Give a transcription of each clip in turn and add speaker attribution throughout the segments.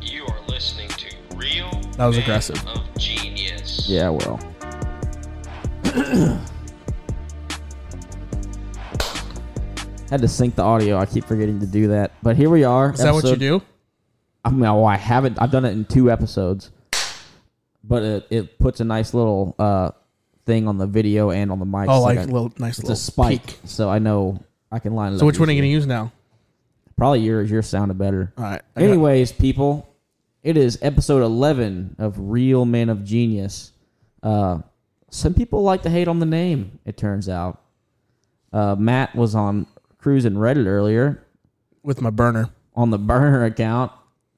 Speaker 1: You are listening to Real
Speaker 2: That was
Speaker 1: Men
Speaker 2: aggressive.
Speaker 1: of Genius.
Speaker 3: Yeah, well. Had to sync the audio. I keep forgetting to do that. But here we are.
Speaker 2: Is that what you do?
Speaker 3: I mean, oh, I haven't. I've done it in two episodes, but it, it puts a nice little uh, thing on the video and on the mic. so
Speaker 2: Oh, like
Speaker 3: I-
Speaker 2: little nice
Speaker 3: it's
Speaker 2: little
Speaker 3: a spike,
Speaker 2: peak.
Speaker 3: so I know I can line it up.
Speaker 2: So which one are
Speaker 3: easier.
Speaker 2: you gonna use now?
Speaker 3: Probably yours. Yours sounded better.
Speaker 2: All right. I got-
Speaker 3: Anyways, people, it is episode 11 of Real Men of Genius. Uh, some people like to hate on the name, it turns out. Uh, Matt was on cruising Reddit earlier
Speaker 2: with my burner.
Speaker 3: on the burner account,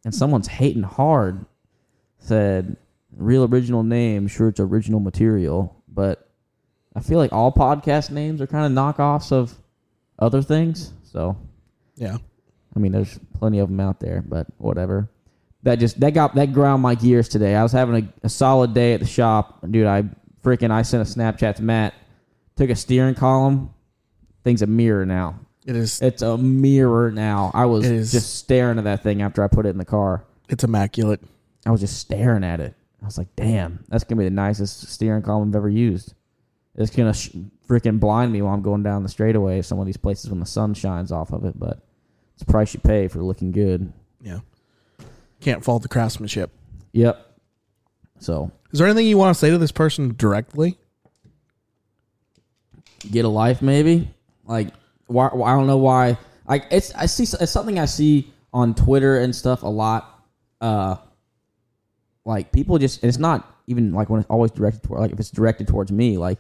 Speaker 3: and someone's hating hard. Said, real original name, sure it's original material, but I feel like all podcast names are kind of knockoffs of other things. So
Speaker 2: Yeah.
Speaker 3: I mean, there's plenty of them out there, but whatever. That just that got that ground my gears today. I was having a, a solid day at the shop, dude. I freaking I sent a Snapchat to Matt. Took a steering column. Thing's a mirror now.
Speaker 2: It is.
Speaker 3: It's a mirror now. I was
Speaker 2: It is-
Speaker 3: just staring at that thing after I put it in the car.
Speaker 2: It's immaculate.
Speaker 3: I was just staring at it. I was like, damn, that's gonna be the nicest steering column I've ever used. It's gonna sh- freaking blind me while I'm going down the straightaway. Some of these places when the sun shines off of it, but it's the price you pay for looking good.
Speaker 2: Yeah. Can't fault the craftsmanship.
Speaker 3: Yep. So
Speaker 2: Is there anything you want to say to this person directly?
Speaker 3: get a life, maybe. Like, why? why- I don't know why. Like, it's I see it's something I see on Twitter and stuff a lot. Uh, like people just and it's not even like when it's always directed toward like if it's directed towards me, like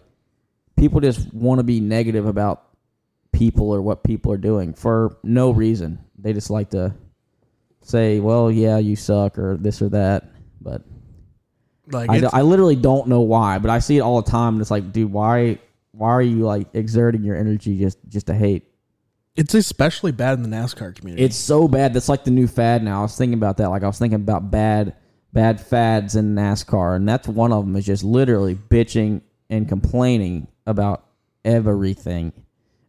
Speaker 3: people just want to be negative about people or what people are doing for no reason. They just like to say, "Well, yeah, you suck" or this or that, but.
Speaker 2: Like,
Speaker 3: I,
Speaker 2: it's,
Speaker 3: don't- I literally don't know why, but I see it all the time, and it's like, dude, why, why are you like exerting your energy just just to hate?
Speaker 2: it's especially bad in the NASCAR community.
Speaker 3: It's so bad. That's like the new fad now. I was thinking about that. Like I was thinking about bad, bad fads in NASCAR, and that's one of them. Is just literally bitching and complaining about everything,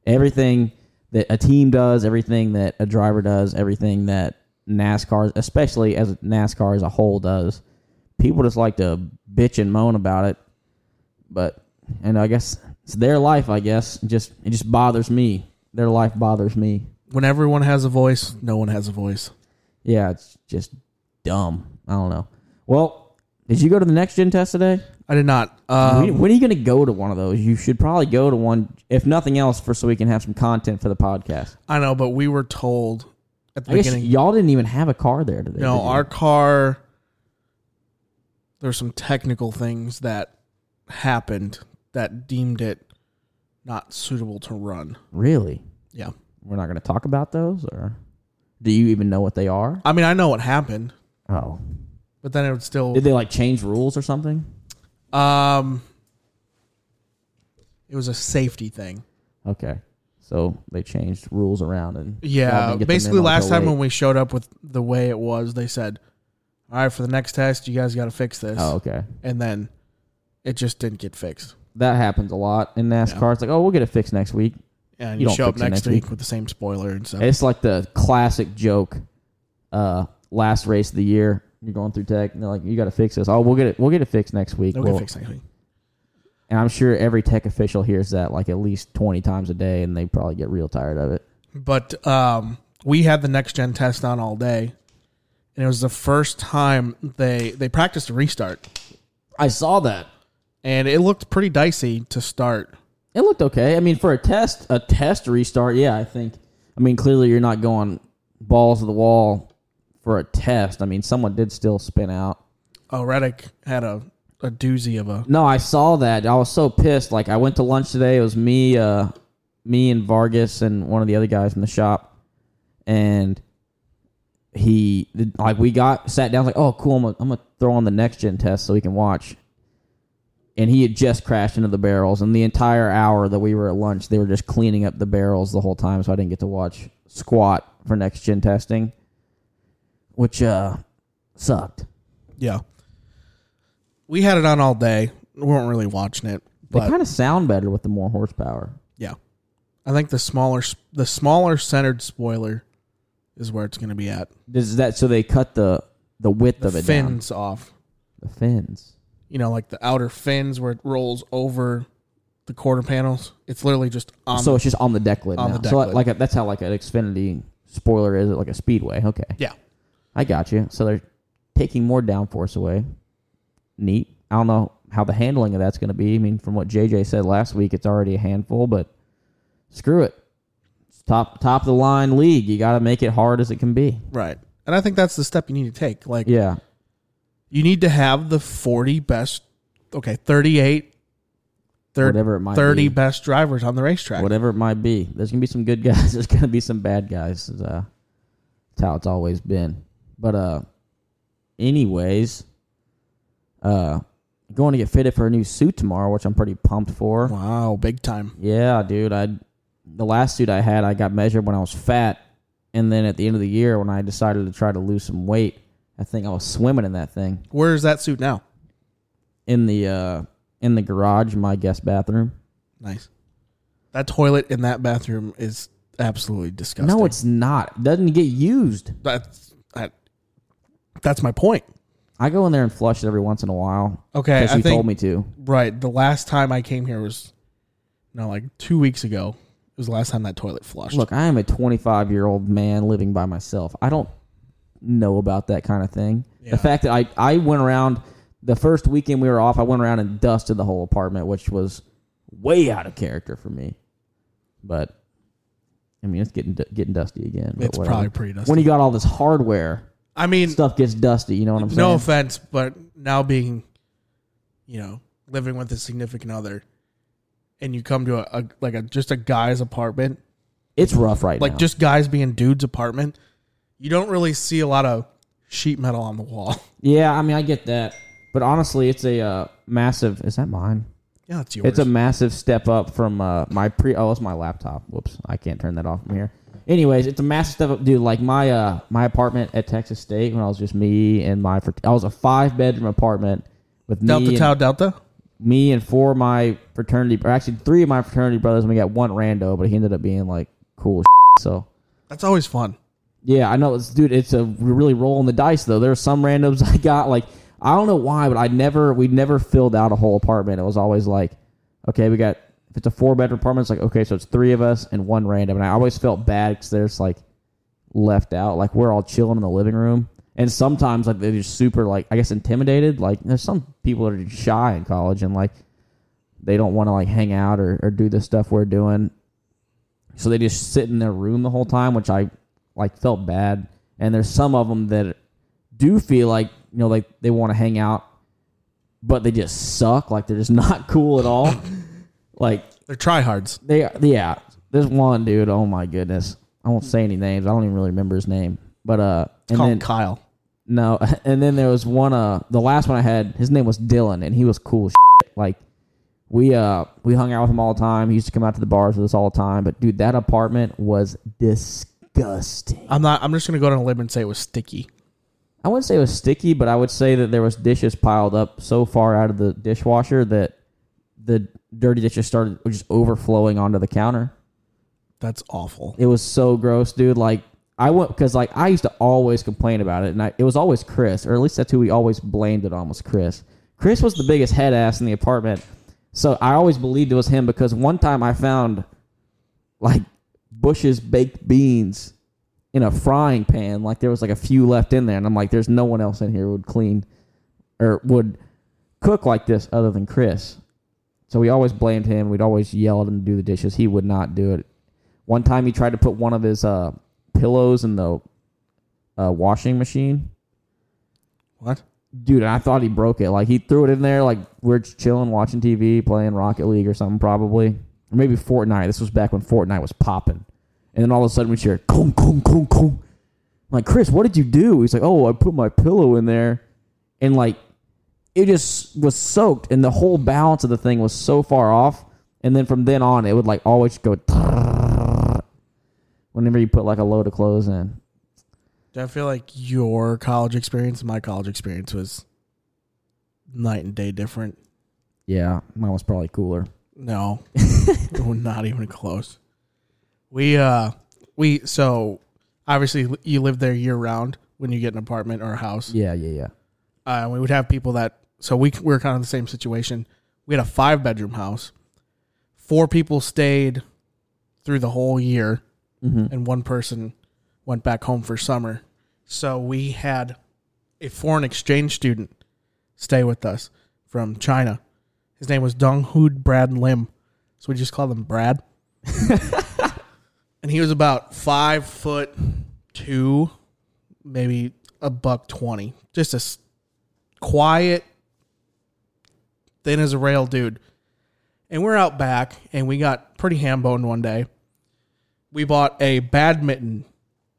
Speaker 3: everything that a team does, everything that a driver does, everything that NASCAR, especially as NASCAR as a whole does. People just like to bitch and moan about it, but and I guess it's their life. I guess it just it just bothers me. Their life bothers me.
Speaker 2: when everyone has a voice, no one has a voice.
Speaker 3: Yeah, it's just dumb. I don't know. Well, did you go to the next gen test today?
Speaker 2: I did not.
Speaker 3: when,
Speaker 2: Um,
Speaker 3: when are you going to go to one of those? You should probably go to one, if nothing else, for so we can have some content for the podcast.
Speaker 2: I know, but we were told at the
Speaker 3: I guess
Speaker 2: beginning.
Speaker 3: y'all didn't even have a car there today.
Speaker 2: No,
Speaker 3: did you?
Speaker 2: our car. There's some technical things that happened that deemed it not suitable to run.
Speaker 3: really.
Speaker 2: Yeah,
Speaker 3: We're not going to talk about those, or do you even know what they are?
Speaker 2: I mean, I know what happened,
Speaker 3: Oh,
Speaker 2: but then it would still.
Speaker 3: did they like change rules or something?
Speaker 2: Um, it was a safety thing.
Speaker 3: Okay, so they changed rules around and y'all
Speaker 2: Yeah,
Speaker 3: didn't get them in
Speaker 2: basically,
Speaker 3: until
Speaker 2: last time
Speaker 3: late.
Speaker 2: when we showed up with the way it was, they said, "All right, for the next test, you guys got to fix this,"
Speaker 3: oh okay
Speaker 2: and then it just didn't get fixed.
Speaker 3: that happens a lot in NASCAR. It's like oh we'll get it fixed next week.
Speaker 2: And
Speaker 3: You
Speaker 2: you,
Speaker 3: don't
Speaker 2: show up
Speaker 3: fix it
Speaker 2: next,
Speaker 3: next
Speaker 2: week,
Speaker 3: week.
Speaker 2: with the same spoiler and stuff.
Speaker 3: It's like the classic joke. Uh, last race of the year, you're going through tech, and they're like, "You got to fix this." Oh, we'll get it. We'll get it fixed next week.
Speaker 2: They'll
Speaker 3: Well-
Speaker 2: get fixed next week.
Speaker 3: And I'm sure every tech official hears that like at least 20 times a day, and they probably get real tired of it.
Speaker 2: But um, we had the next gen test on all day, and it was the first time they they practiced a restart.
Speaker 3: I saw that.
Speaker 2: and it looked pretty dicey to start.
Speaker 3: It looked okay. I mean, for a test, a test restart, yeah, I think. I mean, clearly you're not going balls to the wall for a test. I mean, someone did still spin out.
Speaker 2: Oh, Reddick had a, a doozy of a.
Speaker 3: No, I saw that. I was so pissed. Like, I went to lunch today. It was me, uh, me and Vargas and one of the other guys in the shop, and he like we got sat down like, oh, cool. I'm gonna, I'm gonna throw on the next gen test so we can watch. And he had just crashed into the barrels, and the entire hour that we were at lunch, they were just cleaning up the barrels the whole time. So I didn't get to watch squat for next gen testing, which uh sucked.
Speaker 2: Yeah. We had it on all day. We weren't really watching it,
Speaker 3: they
Speaker 2: but
Speaker 3: kind of sound better with the more horsepower.
Speaker 2: yeah. I think the smaller s- the smaller centered spoiler is where it's going to be at.
Speaker 3: Is that so they cut the the width
Speaker 2: The
Speaker 3: of it down?
Speaker 2: fins off.
Speaker 3: The fins.
Speaker 2: You know, like the outer fins where it rolls over the quarter panels. It's literally just on
Speaker 3: so it's just on the deck lid
Speaker 2: on
Speaker 3: now.
Speaker 2: the deck
Speaker 3: so like-
Speaker 2: lid.
Speaker 3: like a, that's how like an Xfinity spoiler is like a Speedway. Okay,
Speaker 2: Yeah.
Speaker 3: I got you. So they're taking more downforce away. Neat. I don't know how the handling of that's going to be. I mean, from what JJ said last week, it's already a handful, but screw it. It's top top of the line league. You got to make it hard as it can be.
Speaker 2: Right. And I think that's the step you need to take. Like
Speaker 3: Yeah.
Speaker 2: you need to have the 40 best okay, 38 thir-
Speaker 3: Whatever it might
Speaker 2: 30
Speaker 3: be.
Speaker 2: best drivers on the racetrack.
Speaker 3: Whatever it might be, there's gonna be some good guys. There's gonna be some bad guys. It's, uh, it's how it's always been. But uh, anyways, uh, going to get fitted for a new suit tomorrow, which I'm pretty pumped for.
Speaker 2: Wow, big time.
Speaker 3: Yeah, dude. I the last suit I had, I got measured when I was fat, and then at the end of the year, when I decided to try to lose some weight, I think I was swimming in that thing
Speaker 2: Where is that suit now?
Speaker 3: in the uh, in the garage, in my guest bathroom.
Speaker 2: Nice. That toilet in that bathroom is absolutely disgusting.
Speaker 3: No, it's not. It doesn't get used.
Speaker 2: that's that, that's my point.
Speaker 3: I go in there and flush it every once in a while.
Speaker 2: Okay,
Speaker 3: because
Speaker 2: I
Speaker 3: you
Speaker 2: think-
Speaker 3: told me to.
Speaker 2: Right. The last time I came here was no, like 2 weeks ago. It was the last time that toilet flushed.
Speaker 3: Look, I am a 25 year old man living by myself. I don't know about that kind of thing. The fact that I I went around the first weekend we were off, I went around and dusted the whole apartment, which was way out of character for me. But I mean, it's getting du- getting dusty again. but
Speaker 2: It's
Speaker 3: whatever.
Speaker 2: probably pretty dusty.
Speaker 3: When you got all this hardware,
Speaker 2: I mean,
Speaker 3: stuff gets dusty. You know what I'm
Speaker 2: no
Speaker 3: saying?
Speaker 2: offense, but now being, you know, living with a significant other, and you come to a, a like a just a guy's apartment,
Speaker 3: it's rough right
Speaker 2: like
Speaker 3: now.
Speaker 2: just guys being dudes' apartment, you don't really see a lot of sheet metal on the wall.
Speaker 3: yeah, I mean, I get that, but honestly, it's a uh, massive. Is that mine?
Speaker 2: yeah, it's yours.
Speaker 3: It's a massive step up from uh, my pre. Oh, it's my laptop. Whoops, I can't turn that off from here. Anyways, it's a massive step up, dude. Like my uh, my apartment at Texas State when I was just me and my frat- I was a five bedroom apartment with me
Speaker 2: Delta
Speaker 3: and,
Speaker 2: Tau Delta.
Speaker 3: me and four of my fraternity, or actually three of my fraternity brothers, and we got one rando, but he ended up being like cool. As shit, so
Speaker 2: That's always fun.
Speaker 3: yeah, I know, it's, dude. It's a we're really rolling the dice though. There are some randoms I got like I don't know why, but I never we never filled out a whole apartment. It was always like, okay, we got if it's a four bedroom apartment, it's like okay, so it's three of us and one random. And I always felt bad because there's like left out. Like we're all chilling in the living room, and sometimes like they're just super like I guess intimidated. Like there's some people that are just shy in college and like they don't want to like hang out or, or do the stuff we're doing so they just sit in their room the whole time, which I like felt bad. And there's some of them that do feel like you know like they want to hang out, but they just suck. Like they're just not cool at all. like
Speaker 2: They're tryhards.
Speaker 3: they are, yeah. There's one dude. Oh my goodness. I won't say any names. I don't even really remember his name. But uh, and
Speaker 2: Call
Speaker 3: then
Speaker 2: him Kyle.
Speaker 3: no, and then there was one. Uh, the last one I had, his name was Dylan, and he was cool. As shit. Like we uh we hung out with him all the time. He used to come out to the bars with us all the time. But dude, that apartment was disgusting.
Speaker 2: I'm not. I'm just gonna go down a limb and say it was sticky.
Speaker 3: I wouldn't say it was sticky, but I would say that there was dishes piled up so far out of the dishwasher that the dirty dishes started were just overflowing onto the counter.
Speaker 2: That's awful.
Speaker 3: It was so gross, dude. Like I went because like I used to always complain about it, and I, it was always Chris, or at least that's who we always blamed it on was Chris. Chris was the biggest head ass in the apartment, so I always believed it was him because one time I found like Bush's baked beans in a frying pan, like there was like a few left in there, and I'm like, there's no one else in here who would clean or would cook like this other than Chris. So we always blamed him. We'd always yell at him to do the dishes. He would not do it. One time he tried to put one of his uh, pillows in the uh, washing machine.
Speaker 2: What?
Speaker 3: Dude, I thought he broke it. Like he threw it in there. Like we're just chilling, watching TV, playing Rocket League or something, probably, or maybe Fortnite. This was back when Fortnite was popping. And then all of a sudden we hear "kung kung kung kung." I'm like Chris, what did you do? He's like, "Oh, I put my pillow in there," and like it just was soaked, and the whole balance of the thing was so far off. And then from then on, it would like always go whenever you put like a load of clothes in.
Speaker 2: I feel like your college experience and my college experience was night and day different.
Speaker 3: Yeah, mine was probably cooler.
Speaker 2: No, we're not even close. We uh, we so obviously you live there year round when you get an apartment or a house.
Speaker 3: Yeah, yeah, yeah.
Speaker 2: Uh, we would have people that so we we were kind of in the same situation. We had a five bedroom house. Four people stayed through the whole year, and one person went back home for summer. So we had a foreign exchange student stay with us from China. His name was Dong Hood Brad Lim. So we just called him Brad. and he was about five foot two, maybe a buck 20. Just a s- quiet, thin as a rail dude. And we're out back and we got pretty ham boned one day. We bought a badminton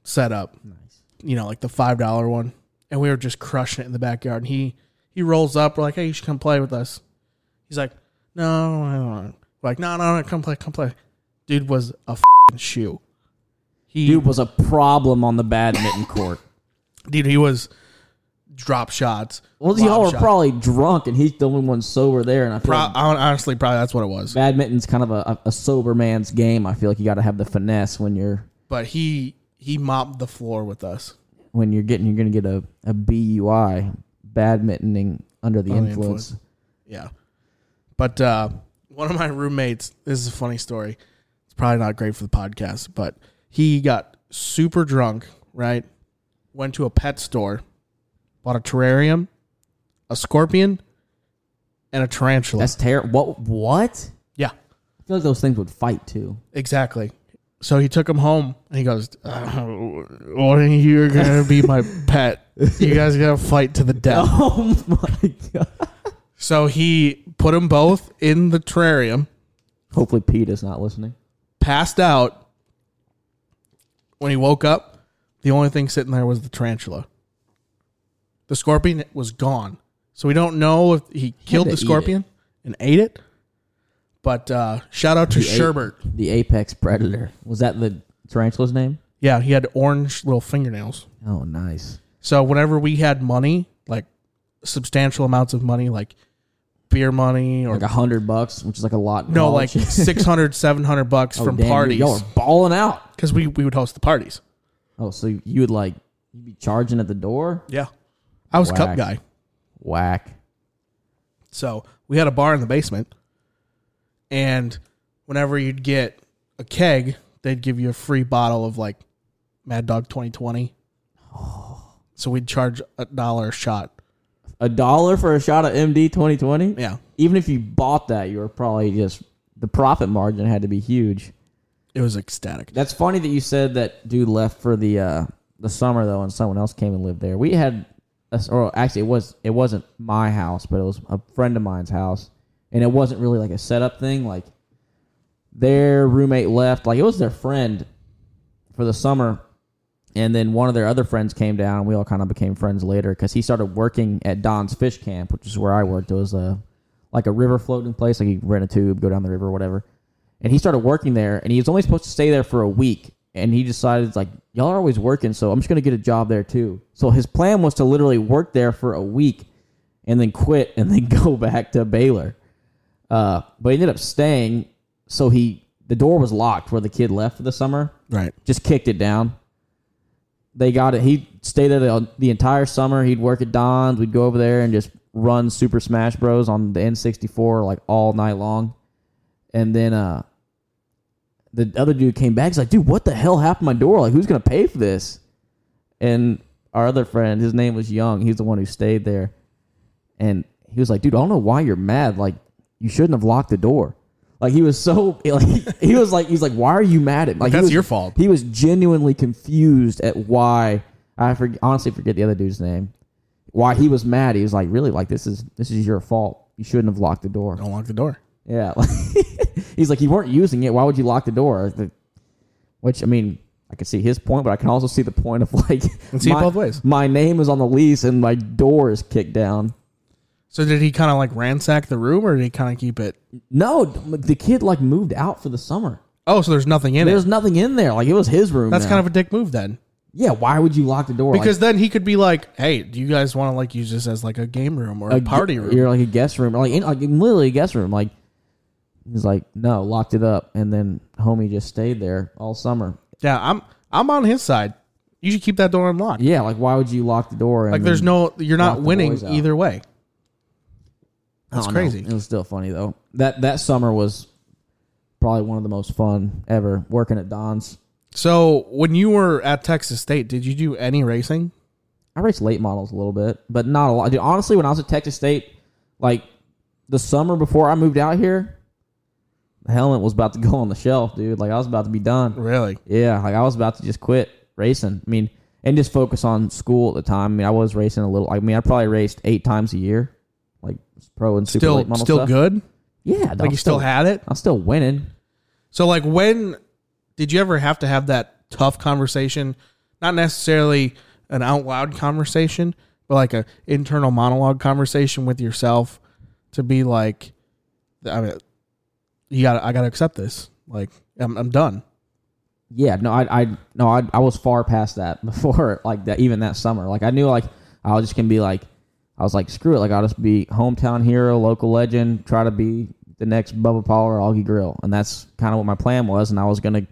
Speaker 2: setup. Nice. You know, like the five dollar one. And we were just crushing it in the backyard. And he he rolls up, we're like, Hey, you should come play with us. He's like, No, I don't want to." We're like, no, no, no, come play, come play. Dude was a fing shoe. He
Speaker 3: Dude was a problem on the badminton court.
Speaker 2: dude, he was drop shots.
Speaker 3: Well,
Speaker 2: lob
Speaker 3: y'all were
Speaker 2: shots.
Speaker 3: probably drunk, and he's the only one sober there. And I feel
Speaker 2: Pro-
Speaker 3: like
Speaker 2: hon- honestly probably that's what it was.
Speaker 3: badminton's kind of a, a sober man's game. I feel like you got to have the finesse when you're
Speaker 2: But he he mopped the floor with us.
Speaker 3: when you're getting you're gonna get a, a BUI badmintoning under the
Speaker 2: the
Speaker 3: influence.
Speaker 2: influence. Yeah. But uh, one of my roommates, this is a funny story. It's probably not great for the podcast, but he got super drunk, right? Went to a pet store, bought a terrarium, a scorpion, and a tarantula.
Speaker 3: That's terrible. What? What?
Speaker 2: yeah,
Speaker 3: I feel like those things would fight too.
Speaker 2: exactly. So he took him home and he goes, uh, One of you are going to be my pet. You guys got to fight to the death.
Speaker 3: Oh my god!
Speaker 2: So he put them both in the terrarium.
Speaker 3: Hopefully, Pete is not listening.
Speaker 2: passed out. When he woke up, the only thing sitting there was the tarantula. The scorpion was gone. So we don't know if he killed
Speaker 3: to
Speaker 2: the
Speaker 3: eat
Speaker 2: scorpion and ate it. But uh, shout out to
Speaker 3: ate-
Speaker 2: Sherbert.
Speaker 3: The apex predator was that the tarantula's name?
Speaker 2: Yeah, he had orange little fingernails.
Speaker 3: Oh, nice.
Speaker 2: So whenever we had money, like substantial amounts of money, like beer money or
Speaker 3: Like a hundred bucks, which is like a lot. in
Speaker 2: no, like
Speaker 3: college.
Speaker 2: 600, 700 bucks from
Speaker 3: Oh, Damn,
Speaker 2: parties.
Speaker 3: Y'all are balling out.
Speaker 2: Because we, we would host the parties.
Speaker 3: Oh, so you would like you'd be charging at the door?
Speaker 2: Yeah. I was cup
Speaker 3: Whack.
Speaker 2: guy.
Speaker 3: Whack.
Speaker 2: So we had a bar in the basement, and whenever you'd get a keg, they'd give you a free bottle of like Mad Dog 2020. So we'd charge a dollar a shot.
Speaker 3: A dollar for a shot of MD twenty twenty?
Speaker 2: Yeah,
Speaker 3: Even if you bought that, you were probably just the profit margin had to be huge.
Speaker 2: it was ecstatic.
Speaker 3: That's funny that you said that dude left for the uh, the summer though, and someone else came and lived there. We had, a, or actually, it was it wasn't my house, but it was a friend of mine's house, and it wasn't really like a setup thing. Like their roommate left, like it was their friend for the summer, and then one of their other friends came down, and we all kind of became friends later because he started working at Don's Fish Camp, which is where I worked. It was a like a river floating place, like you rent a tube, go down the river, whatever and he started working there and he was only supposed to stay there for a week and he decided like y'all are always working so i'm just going to get a job there too so his plan was to literally work there for a week and then quit and then go back to baylor uh, but he ended up staying so he the door was locked where the kid left for the summer
Speaker 2: Right.
Speaker 3: just kicked it down. They got it. He stayed there the, the entire summer. He'd work at Don's. We'd go over there and just run Super Smash Bros. on the N64 like all night long. And then uh, the other dude came back. He's like, dude, what the hell happened to my door? Like, who's going to pay for this? And our other friend, his name was Young. He's the one who stayed there. And he was like, dude, I don't know why you're mad. Like, you shouldn't have locked the door. Like he was so like he was like he's like, why are you mad at me? Like he
Speaker 2: That's
Speaker 3: was-
Speaker 2: your fault.
Speaker 3: He was genuinely confused at why I forg honestly forget the other dude's name. Why he was mad? He was like, really, like this is this is your fault. You shouldn't have locked the door.
Speaker 2: Don't lock the door.
Speaker 3: Yeah. He's like, you weren't using it. Why would you lock the door? The- Which, I mean, I can see his point, but I can also see the point of like,
Speaker 2: see it
Speaker 3: my,
Speaker 2: both ways.
Speaker 3: My name is on the lease and my door is kicked down.
Speaker 2: So did he kind of like ransack the room, or did he kind of keep it?
Speaker 3: No, the kid like moved out for the summer.
Speaker 2: Oh, so there's nothing in it.
Speaker 3: There's nothing in there. Like it was his room.
Speaker 2: That's
Speaker 3: now.
Speaker 2: kind of a dick move then,
Speaker 3: yeah. Why would you lock the door? Like,
Speaker 2: because then he could be like, "Hey, do you guys want to like use this as like a game room or a,
Speaker 3: a gu-
Speaker 2: party room?"
Speaker 3: You're like a guest room, or like in, like in literally a guest room. Like he's like, no, locked it up, and then homie just stayed there all summer.
Speaker 2: Yeah, I'm I'm on his side. You should keep that door unlocked.
Speaker 3: Yeah, like why would you lock the door? And
Speaker 2: like there's
Speaker 3: then-
Speaker 2: no, you're
Speaker 3: Lock
Speaker 2: not
Speaker 3: the
Speaker 2: winning
Speaker 3: boys out. Oh,
Speaker 2: either way.
Speaker 3: I
Speaker 2: That's
Speaker 3: don't know.
Speaker 2: crazy.
Speaker 3: It was still funny though. That that summer was probably one of the most fun ever working at Don's.
Speaker 2: So when you were at Texas State, did you do any racing?
Speaker 3: I raced late models a little bit, but not a lot. Dude, honestly, when I was at Texas State, like the summer before I moved out here, the helmet was about to go on the shelf, dude. Like I was about to be done.
Speaker 2: Really?
Speaker 3: Yeah, like I was about to just quit racing. I mean, and just focus on school at the time. I mean, I was racing a little. I mean, I probably raced eight times a year, like pro and super late
Speaker 2: Still,
Speaker 3: model
Speaker 2: still
Speaker 3: stuff.
Speaker 2: good.
Speaker 3: Yeah, like
Speaker 2: Like you still had it.
Speaker 3: I'm still winning.
Speaker 2: So like when did you ever have to have that tough conversation? Not necessarily an out loud conversation, but like a internal monologue conversation with yourself to be like I mean you got I got to accept this. Like I'm I'm done.
Speaker 3: yeah no i i no I, I was far past that before like that even that summer like i knew like i was just gonna be like i was like screw it like i'll just be hometown hero local legend try to be the next bubba Paul or augie grill and that's kind of what my plan was and i was gonna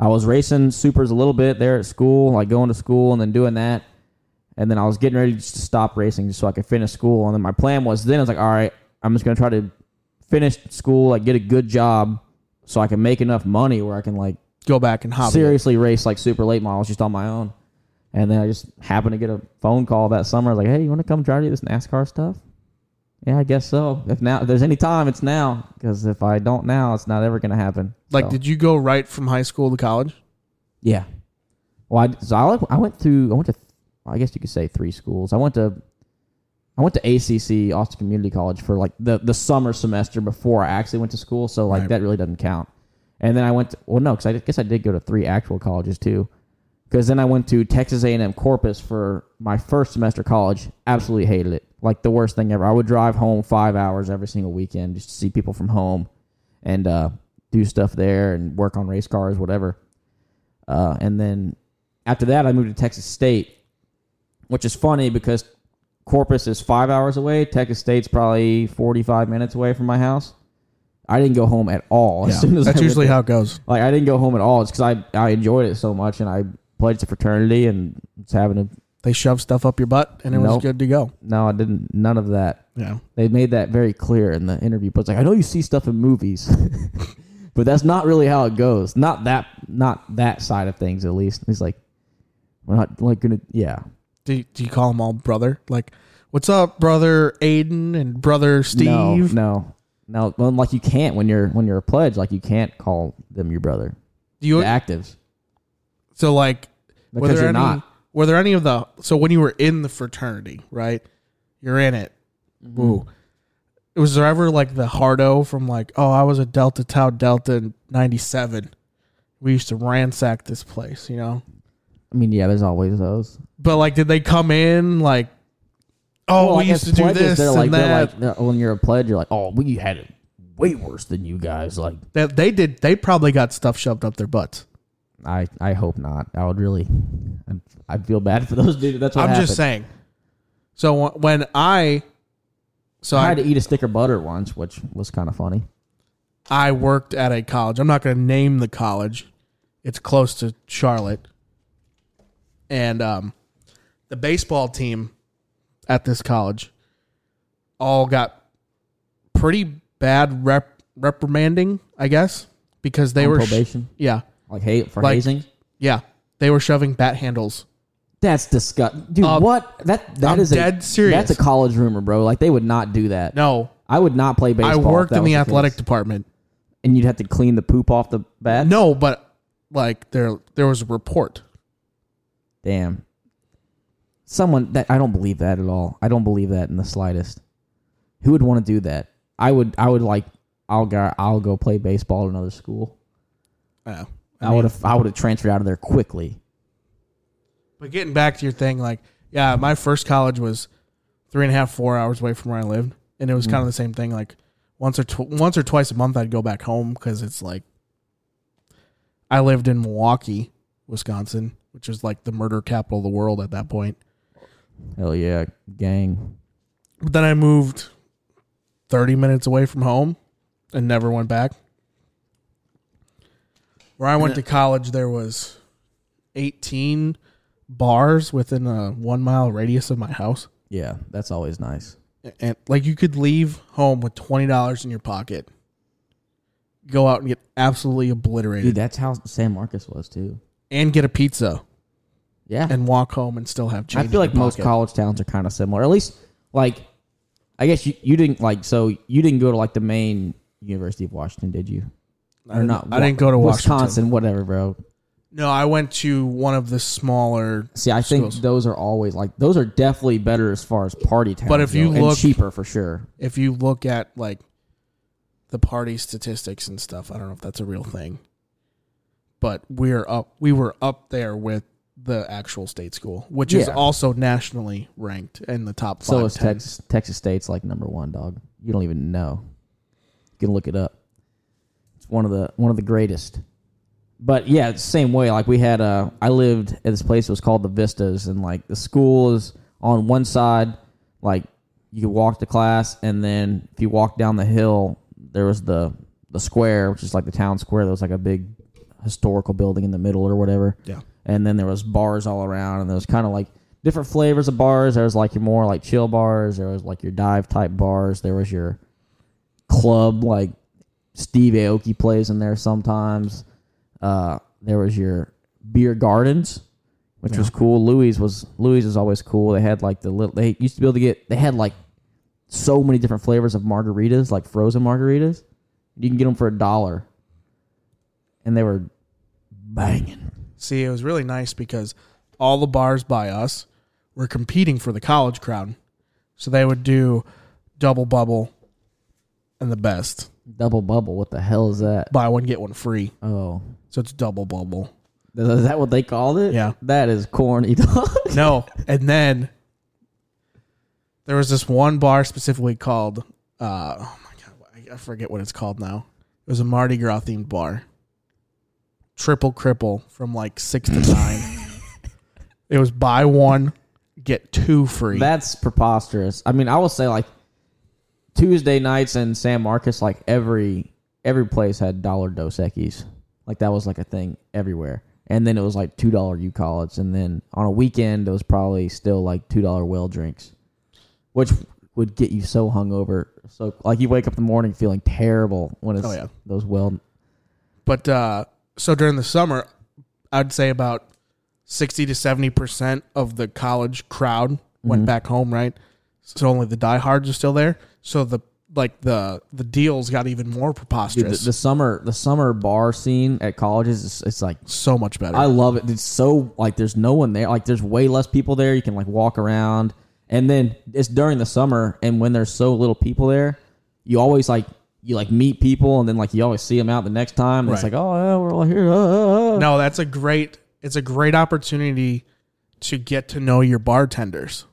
Speaker 3: i was racing supers a little bit there at school like going to school and then doing that and then i was getting ready just to stop racing just so i could finish school and then my plan was then i was like all right i'm just gonna try to finish school like get a good job so i can make enough money where i can like
Speaker 2: Go back and hobby. it.
Speaker 3: seriously race like super late models just on my own. And then I just happened to get a phone call that summer. Like, hey, you want to come try to do this NASCAR stuff? Yeah, I guess so. If now if there's any time, it's now. Because if I don't now, it's not ever gonna happen.
Speaker 2: Like
Speaker 3: So,
Speaker 2: did you go right from high school to college?
Speaker 3: yeah. Well, I, so I, like- I went through. I went to. I guess you could say three schools. I went to. I went to ACC Austin Community College for like the the summer semester before I actually went to school. So like
Speaker 2: Right.
Speaker 3: that really doesn't count. And then I went. To, well, no, because I guess I did go to three actual colleges too. Because then I went to Texas A and M Corpus for my first semester of college. Absolutely hated it. Like the worst thing ever. I would drive home five hours every single weekend just to see people from home, and uh, do stuff there and work on race cars, whatever. Uh, and then after that, I moved to Texas State, which is funny because Corpus is five hours away. Texas State's probably 45 minutes away from my house. I didn't go home at all. As soon as
Speaker 2: That's
Speaker 3: I
Speaker 2: usually
Speaker 3: went
Speaker 2: how it goes.
Speaker 3: there. like I didn't go home at all. It's because I, I enjoyed it so much and I pledged to fraternity and it's having a
Speaker 2: They shove stuff up your butt and it was
Speaker 3: Nope.
Speaker 2: good to go.
Speaker 3: no, I didn't none of that.
Speaker 2: Yeah.
Speaker 3: They made that very clear in the interview. But it's like I know you see stuff in movies, but that's not really how it goes. Not that not that side of things at least. He's like, we're not like gonna yeah.
Speaker 2: Do you, do you call them all brother? Like What's up, brother Aiden and brother
Speaker 3: No,
Speaker 2: Steve?
Speaker 3: no, no. Well, like you can't when you're when you're a pledge. Like you can't call them your brother.
Speaker 2: Do you
Speaker 3: The actives.
Speaker 2: So like, were
Speaker 3: Because
Speaker 2: there
Speaker 3: you're
Speaker 2: any,
Speaker 3: not.
Speaker 2: Were there any of the? So when you were in the fraternity, right? You're in it.
Speaker 3: Mm-hmm.
Speaker 2: Woo. Was there ever like the hardo from like, oh, I was a Delta Tau Delta in '97. We used to ransack this place, you know.
Speaker 3: I mean, yeah. There's always those.
Speaker 2: But like, did they come in like, oh,
Speaker 3: Well,
Speaker 2: we
Speaker 3: like,
Speaker 2: used
Speaker 3: as
Speaker 2: to do
Speaker 3: pledges,
Speaker 2: this
Speaker 3: They're
Speaker 2: and
Speaker 3: like they're
Speaker 2: that?
Speaker 3: like they're- when you're a pledge, you're like, oh, we had it way worse than you guys. Like
Speaker 2: that? They did. They probably got stuff shoved up their butts.
Speaker 3: I, I hope not. I would really, I'd, I'd feel bad for those dudes. That's what
Speaker 2: I'm
Speaker 3: happened.
Speaker 2: just saying. So wh- when I, so
Speaker 3: I
Speaker 2: I,
Speaker 3: had to eat a stick of butter once, which was kind of funny.
Speaker 2: I worked at a college. I'm not going to name the college. It's close to Charlotte. And um, the baseball team at this college all got pretty bad rep- reprimanding, I guess, because they
Speaker 3: On
Speaker 2: were sh-
Speaker 3: probation,
Speaker 2: yeah,
Speaker 3: like hey for
Speaker 2: Like-
Speaker 3: hazing.
Speaker 2: yeah, they were shoving bat handles
Speaker 3: That's disgusting, dude.
Speaker 2: Uh,
Speaker 3: what that that
Speaker 2: I'm
Speaker 3: is
Speaker 2: dead
Speaker 3: a,
Speaker 2: serious.
Speaker 3: That's a college rumor, bro. Like they would not do that.
Speaker 2: No,
Speaker 3: I would not play baseball.
Speaker 2: I
Speaker 3: if
Speaker 2: worked
Speaker 3: that
Speaker 2: in
Speaker 3: was
Speaker 2: the athletic
Speaker 3: case.
Speaker 2: department.
Speaker 3: and you'd have to clean the poop off the bat.
Speaker 2: No, but like there there was a report.
Speaker 3: Damn. Someone that I don't believe that at all. I don't believe that in the slightest. Who would want to do that? I would. I would like. I'll go. I'll go play baseball at another school.
Speaker 2: Uh,
Speaker 3: I would have. I would have transferred out of there quickly.
Speaker 2: but getting back to your thing, like yeah, my first college was three and a half four hours away from where I lived, and it was kind of the same thing. Like once or tw- once or twice a month, I'd go back home because it's like I lived in Milwaukee, Wisconsin, which is like the murder capital of the world at that point.
Speaker 3: Hell yeah, gang.
Speaker 2: But then I moved 30 minutes away from home and never went back. Where I went to college, there was 18 bars within a one mile radius of my house.
Speaker 3: Yeah, that's always nice.
Speaker 2: And like you could leave home with $20 in your pocket, go out and get absolutely obliterated,
Speaker 3: Dude, that's how San Marcos was too.
Speaker 2: and get a pizza
Speaker 3: Yeah,
Speaker 2: and walk home and still have change.
Speaker 3: I feel
Speaker 2: in
Speaker 3: like
Speaker 2: your
Speaker 3: most
Speaker 2: pocket.
Speaker 3: college towns are kind of similar. At least, like, I guess you, you didn't like so you didn't go to like the main University of Washington, did you?
Speaker 2: I didn't, I didn't go to
Speaker 3: Wisconsin,
Speaker 2: Washington.
Speaker 3: whatever, bro.
Speaker 2: No, I went to one of the smaller.
Speaker 3: See, I think
Speaker 2: schools.
Speaker 3: those are always like those are definitely better as far as party towns,
Speaker 2: But if you
Speaker 3: go, and
Speaker 2: look-
Speaker 3: cheaper for sure.
Speaker 2: if you look at like the party statistics and stuff, I don't know if that's a real thing, but we're up. We were up there with the actual state school, which is
Speaker 3: Yeah.
Speaker 2: also nationally ranked in the top five.
Speaker 3: So is
Speaker 2: ten.
Speaker 3: Texas. Texas State's like number one, dog. You don't even know. You can look it up. It's one of the one of the greatest. But yeah, it's the same way. Like we had, uh, I lived at this place. It was called the Vistas, and like the school is on one side. Like you could walk to class, and then if you walk down the hill, there was the the square, which is like the town square. There was like a big historical building in the middle or whatever
Speaker 2: Yeah.
Speaker 3: and then there was bars all around and there was kind of like different flavors of bars there was like your more like chill bars there was like your dive type bars there was your club like steve aoki plays in there sometimes uh, there was your beer gardens which was cool louis was louis was always cool they had like the little they used to be able to get they had like so many different flavors of margaritas like frozen margaritas you can get them for a dollar and they were banging
Speaker 2: See, it was really nice because all the bars by us were competing for the college crowd, so they would do double bubble and the best
Speaker 3: Double bubble. What the hell is that?
Speaker 2: buy one get one free.
Speaker 3: Oh,
Speaker 2: So it's double bubble.
Speaker 3: is that what they called it?
Speaker 2: Yeah.
Speaker 3: that is corny. dog.
Speaker 2: No. And then there was this one bar specifically called, uh, oh my God, I- I forget what it's called now. It was a Mardi Gras themed bar. Triple cripple from like six to nine. it was buy one, get two free.
Speaker 3: That's preposterous. I mean, I will say like Tuesday nights in San Marcos, like every every place had dollar Dos Equis. Like that was like a thing everywhere. And then it was like two dollar U college, and then on a weekend it was probably still like two dollar well drinks, which would get you so hungover. So like you wake up in the morning feeling terrible when it's
Speaker 2: Oh, yeah.
Speaker 3: those well
Speaker 2: But uh, so during the summer, I'd say about 60 to 70% of the college crowd went
Speaker 3: Mm-hmm.
Speaker 2: back home, right? So only the diehards are still there. So the like the the deals got even more
Speaker 3: Dude,
Speaker 2: preposterous.
Speaker 3: the, the summer the summer bar scene at colleges is it's like
Speaker 2: so much better.
Speaker 3: I love it. It's so like there's no one there. Like there's way less people there. You can like walk around, and then it's during the summer, and when there's so little people there, you always like you like meet people, and then like you always see them out the next time. And It's
Speaker 2: Right.
Speaker 3: like oh yeah, we're all here. uh, uh, uh."
Speaker 2: no, that's a great it's a great opportunity to get to know your bartenders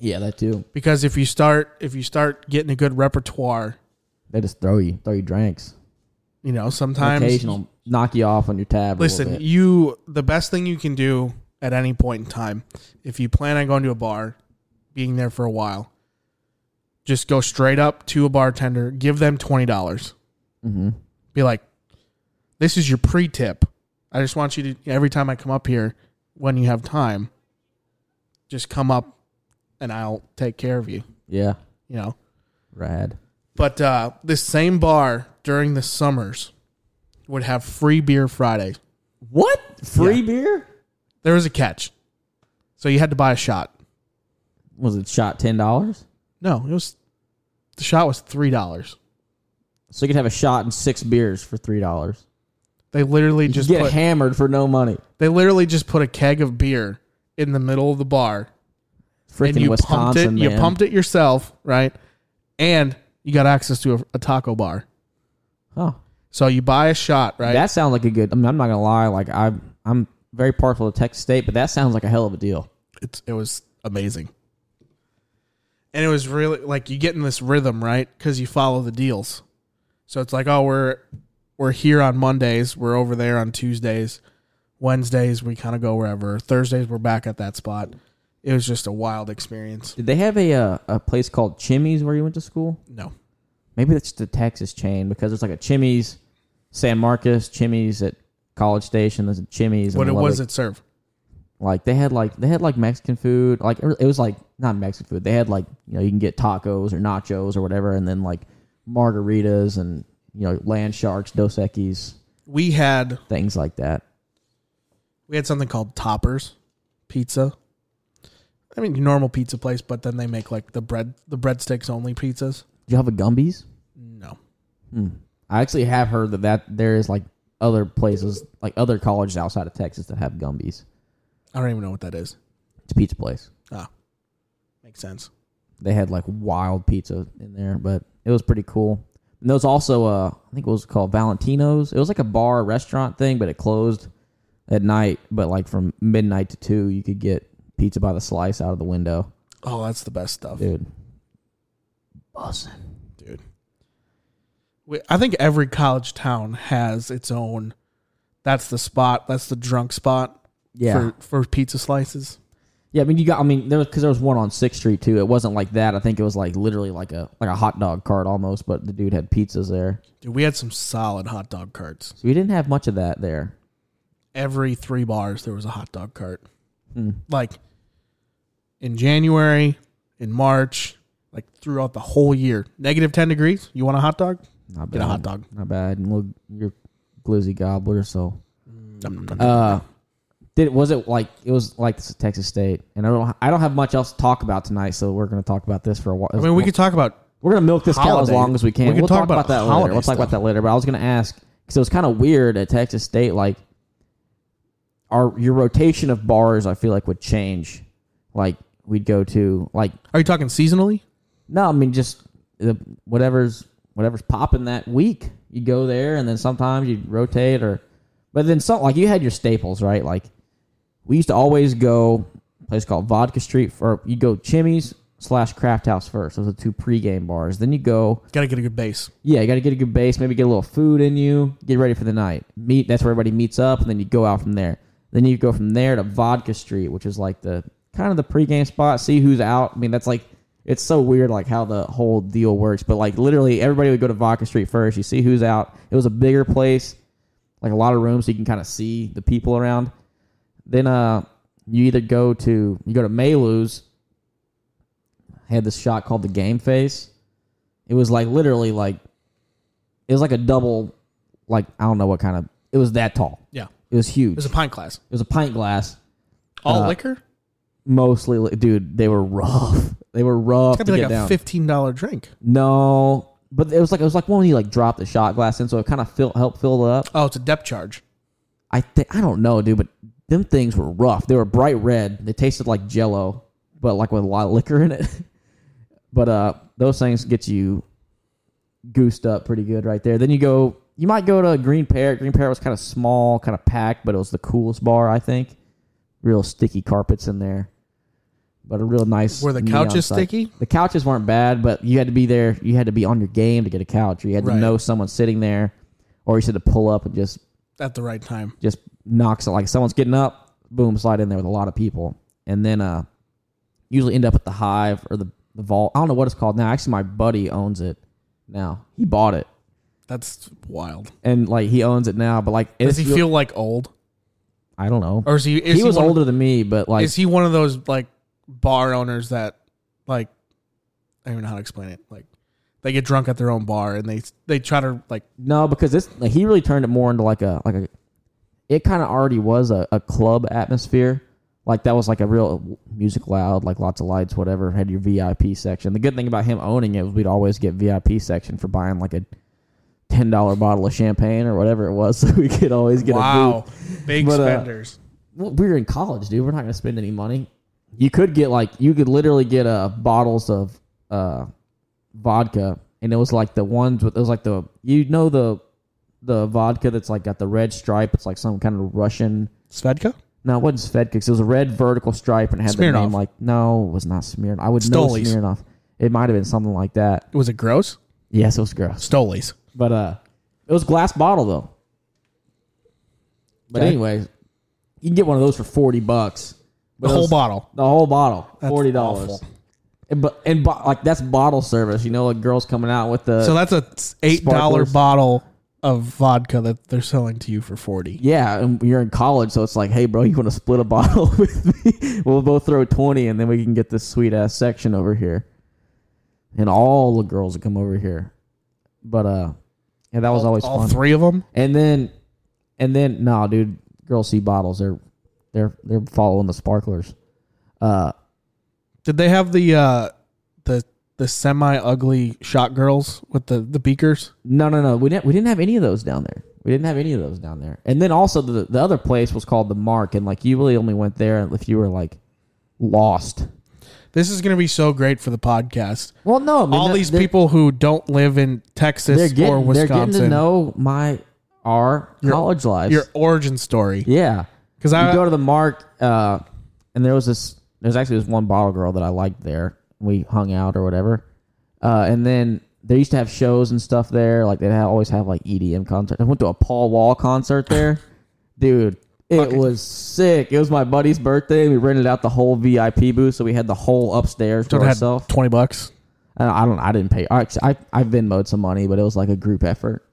Speaker 3: Yeah, that too.
Speaker 2: because if you start if you start getting a good repertoire,
Speaker 3: They just throw you throw you drinks.
Speaker 2: you know, sometimes
Speaker 3: Occasional knock you off on your tab. a little
Speaker 2: Listen,
Speaker 3: bit.
Speaker 2: you the best thing you can do at any point in time, if you plan on going to a bar, being there for a while, just go straight up to a bartender, give them twenty dollars.
Speaker 3: Mm-hmm.
Speaker 2: Be like, "This is your pre-tip. I just want you to every time I come up here, when you have time, just come up, and I'll take care of you."
Speaker 3: yeah,
Speaker 2: You know.
Speaker 3: rad.
Speaker 2: But uh, this same bar during the summers would have free beer Friday.
Speaker 3: What free beer?
Speaker 2: There was a catch. So you had to buy a shot.
Speaker 3: Was it shot ten dollars?
Speaker 2: No, it was the shot was three dollars.
Speaker 3: So you could have a shot and six beers for three dollars.
Speaker 2: They literally just
Speaker 3: get
Speaker 2: put,
Speaker 3: hammered for no money.
Speaker 2: they literally just put a keg of beer in the middle of the bar and
Speaker 3: Freaking
Speaker 2: you pumped it.
Speaker 3: Wisconsin,
Speaker 2: You
Speaker 3: man.
Speaker 2: pumped it yourself, right? And you got access to a, a taco bar.
Speaker 3: Huh.
Speaker 2: So you buy a shot, right?
Speaker 3: That sounds like a good. I mean, I'm not gonna lie. Like I'm, I'm very partial to Texas State, but that sounds like a hell of a deal.
Speaker 2: it's it was amazing. And it was really like you get in this rhythm, right? Because you follow the deals. So it's like, oh, we're we're here on Mondays, we're over there on Tuesdays, Wednesdays we kind of go wherever. Thursdays we're back at that spot. It was just a wild experience.
Speaker 3: Did they have a uh, a place called Chimmy's where you went to school?
Speaker 2: No,
Speaker 3: Maybe that's the Texas chain because it's like a Chimmy's, San Marcos, Chimmy's at College Station. There's a Chimmy's. in
Speaker 2: what it
Speaker 3: Lubbock.
Speaker 2: was at serve.
Speaker 3: Like they had like they had like Mexican food. Like it was like not Mexican food. They had like you know you can get tacos or nachos or whatever, and then like margaritas and you know land sharks, Dos Equis,
Speaker 2: We had
Speaker 3: things like that.
Speaker 2: we had something called Toppers Pizza. I mean, your normal pizza place, but then they make like the bread the breadsticks only pizzas.
Speaker 3: Did you have a Gumby's?
Speaker 2: No,
Speaker 3: I actually have heard that, that there is like other places, like other colleges outside of Texas that have Gumby's.
Speaker 2: I don't even know what that is.
Speaker 3: It's a pizza place.
Speaker 2: Ah, makes sense.
Speaker 3: They had like wild pizza in there, but it was pretty cool. And there was also, uh, I think it was called Valentino's. It was like a bar restaurant thing, but it closed at night. But like from midnight to two, you could get pizza by the slice out of the window.
Speaker 2: Oh, that's the best stuff, dude.
Speaker 3: Dude, bussin'.
Speaker 2: We, I think every college town has its own. That's the spot. That's the drunk spot.
Speaker 3: Yeah.
Speaker 2: For, for pizza slices.
Speaker 3: Yeah, I mean, you got. I mean, there was because there was one on Sixth Street too. It wasn't like that. I think it was like literally like a like a hot dog cart almost. But the dude had pizzas there,
Speaker 2: Dude, we had some solid hot dog carts.
Speaker 3: so we didn't have much of that there.
Speaker 2: Every three bars, there was a hot dog cart. Like in January, in March, like throughout the whole year. Negative 10 degrees. You want a hot dog?
Speaker 3: Not bad.
Speaker 2: Get a hot dog.
Speaker 3: Not bad. And look, you're glizzy gobbler. So,
Speaker 2: Nom, nom, nom.
Speaker 3: uh, did was it like it was like this is Texas State? And I don't I don't have much else to talk about tonight. So we're gonna talk about this for a while.
Speaker 2: I mean, we could talk about
Speaker 3: We're gonna milk this cow as
Speaker 2: Holiday.
Speaker 3: long as we can.
Speaker 2: We
Speaker 3: We
Speaker 2: can
Speaker 3: will
Speaker 2: talk
Speaker 3: talk, about,
Speaker 2: about
Speaker 3: that later.
Speaker 2: holiday
Speaker 3: We'll talk about
Speaker 2: stuff.
Speaker 3: that later. But I was gonna ask because it was kind of weird at Texas State. Like, our your rotation of bars, I feel like would change. Like we'd go to like
Speaker 2: Are you talking seasonally?
Speaker 3: no, I mean just the, whatever's whatever's popping that week. You go there, and then sometimes you would rotate, or but then some like you had your staples, right? Like we used to always go a place called Vodka Street, or you go Chimmy's slash Craft House first. Those are the two pregame bars. Then you go.
Speaker 2: Got to get a good base.
Speaker 3: Yeah, you got to get a good base, maybe get a little food in you, get ready for the night. Meet that's where everybody meets up, and then you go out from there. Then you go from there to Vodka Street, which is like the kind of the pregame spot. See who's out. I mean, that's like it's so weird, like how the whole deal works. But like literally, everybody would go to Vodka Street first. You see who's out. It was a bigger place, like a lot of rooms, so you can kind of see the people around. Then uh, you either go to you go to Malu's. I had this shot called the Game Face. It was like literally like it was like a double like I don't know what kind of it was that tall.
Speaker 2: Yeah.
Speaker 3: It was huge. It
Speaker 2: There's
Speaker 3: was
Speaker 2: a
Speaker 3: a,
Speaker 2: pint class.
Speaker 3: pint glass.
Speaker 2: All
Speaker 3: Uh,
Speaker 2: liquor?
Speaker 3: Mostly li- dude, they were rough. They were rough
Speaker 2: That'd
Speaker 3: to
Speaker 2: be
Speaker 3: get
Speaker 2: like a
Speaker 3: down.
Speaker 2: fifteen dollar drink.
Speaker 3: no. But it was like it was like when you like dropped the shot glass in so it kind of fill, helped fill it up.
Speaker 2: Oh, it's a depth charge.
Speaker 3: I think I don't know, dude, but them things were rough. They were bright red. They tasted like Jello, but like with a lot of liquor in it. but uh, those things get you goosed up pretty good right there. Then you go. You might go to Green Parrot. Green Parrot was kind of small, kind of packed, but it was the coolest bar I think. Real sticky carpets in there, but a real nice.
Speaker 2: Were the
Speaker 3: neon
Speaker 2: couches
Speaker 3: site.
Speaker 2: sticky?
Speaker 3: The couches weren't bad, but you had to be there. You had to be on your game to get a couch. Or you had to
Speaker 2: Right.
Speaker 3: know someone sitting there, or you just had to pull up and just
Speaker 2: at the right time.
Speaker 3: just knocks it like someone's getting up, boom, slide in there with a lot of people, and then uh, usually end up at the hive or the, the vault. I don't know what it's called now. Actually, my buddy owns it now. He bought it,
Speaker 2: That's wild.
Speaker 3: and like he owns it now. But like, it's
Speaker 2: Does he
Speaker 3: real-
Speaker 2: feel like old,
Speaker 3: I don't know.
Speaker 2: or is he? Is
Speaker 3: he,
Speaker 2: he,
Speaker 3: was
Speaker 2: one,
Speaker 3: older than me, but like,
Speaker 2: Is he one of those like bar owners that like I don't even know how to explain it. Like they get drunk at their own bar and they they try to like
Speaker 3: no, because this like, he really turned it more into like a like a. It kind of already was a, a club atmosphere, Like that was like a real music loud, like lots of lights, whatever. Had your VIP section. The good thing about him owning it was we'd always get VIP section for buying like a ten dollar bottle of champagne or whatever it was, so we could always get a booth
Speaker 2: Wow, big
Speaker 3: But, uh,
Speaker 2: spenders.
Speaker 3: well, we were in college, dude. We're not gonna spend any money. You could get like you could literally get uh bottles of uh vodka, and it was like the ones with it was like the you know the the vodka that's like got the red stripe. It's like some kind of Russian.
Speaker 2: Svedka.
Speaker 3: No, it wasn't Svedka. It was a red vertical stripe and it had the
Speaker 2: Smirnoff.
Speaker 3: name like no, it was not Smirnoff. I would know
Speaker 2: Stoli's.
Speaker 3: Smirnoff. It might have been something like that.
Speaker 2: Was it gross?
Speaker 3: Yes, it was gross,
Speaker 2: Stolies.
Speaker 3: but uh, it was glass bottle though. But
Speaker 2: Okay.
Speaker 3: anyway, you can get one of those for forty bucks.
Speaker 2: The
Speaker 3: But it
Speaker 2: whole
Speaker 3: was-
Speaker 2: bottle.
Speaker 3: the whole bottle,
Speaker 2: That's
Speaker 3: forty dollars.
Speaker 2: awful.
Speaker 3: And but and bo- like that's bottle service. You know, a girl's coming out with the
Speaker 2: So that's a eight dollar
Speaker 3: Sparklers.
Speaker 2: bottle of vodka that they're selling to you for forty.
Speaker 3: yeah. And you're in college, so it's like, hey, bro, you want to split a bottle with me? We'll both throw twenty, and then we can get this sweet ass section over here. And all the girls that come over here, but uh, yeah, that was always
Speaker 2: All
Speaker 3: fun.
Speaker 2: three of them.
Speaker 3: And then, and then, no, dude, girls see bottles. They're they're they're following the sparklers. Uh,
Speaker 2: Did they have the uh, the the semi ugly shot girls with the the beakers?
Speaker 3: No, no, no. We didn't. We didn't have any of those down there. We didn't have any of those down there. And then also the the other place was called the Mark, and like you really only went there if you were like lost.
Speaker 2: This is gonna be so great for the podcast.
Speaker 3: Well, no. I mean,
Speaker 2: All
Speaker 3: they're-
Speaker 2: these
Speaker 3: they're-
Speaker 2: people who don't live in
Speaker 3: they're
Speaker 2: Texas
Speaker 3: getting
Speaker 2: or
Speaker 3: they're getting to
Speaker 2: Wisconsin,
Speaker 3: know my our college lives.
Speaker 2: your origin story.
Speaker 3: yeah,
Speaker 2: Because
Speaker 3: you
Speaker 2: I
Speaker 3: go to the Mark, uh, and there was this. There's actually this one bottle girl that I liked there. We hung out or whatever, uh, and then they used to have shows and stuff there. Like they would always have like EDM concerts. I went to a Paul Wall concert there, dude. It was sick. It was my buddy's birthday. We rented out the whole VIP booth, so we had the whole upstairs to
Speaker 2: don't have
Speaker 3: ourselves.
Speaker 2: twenty bucks.
Speaker 3: And I don't. I didn't pay. I I I Venmoed some money, but it was like a group effort.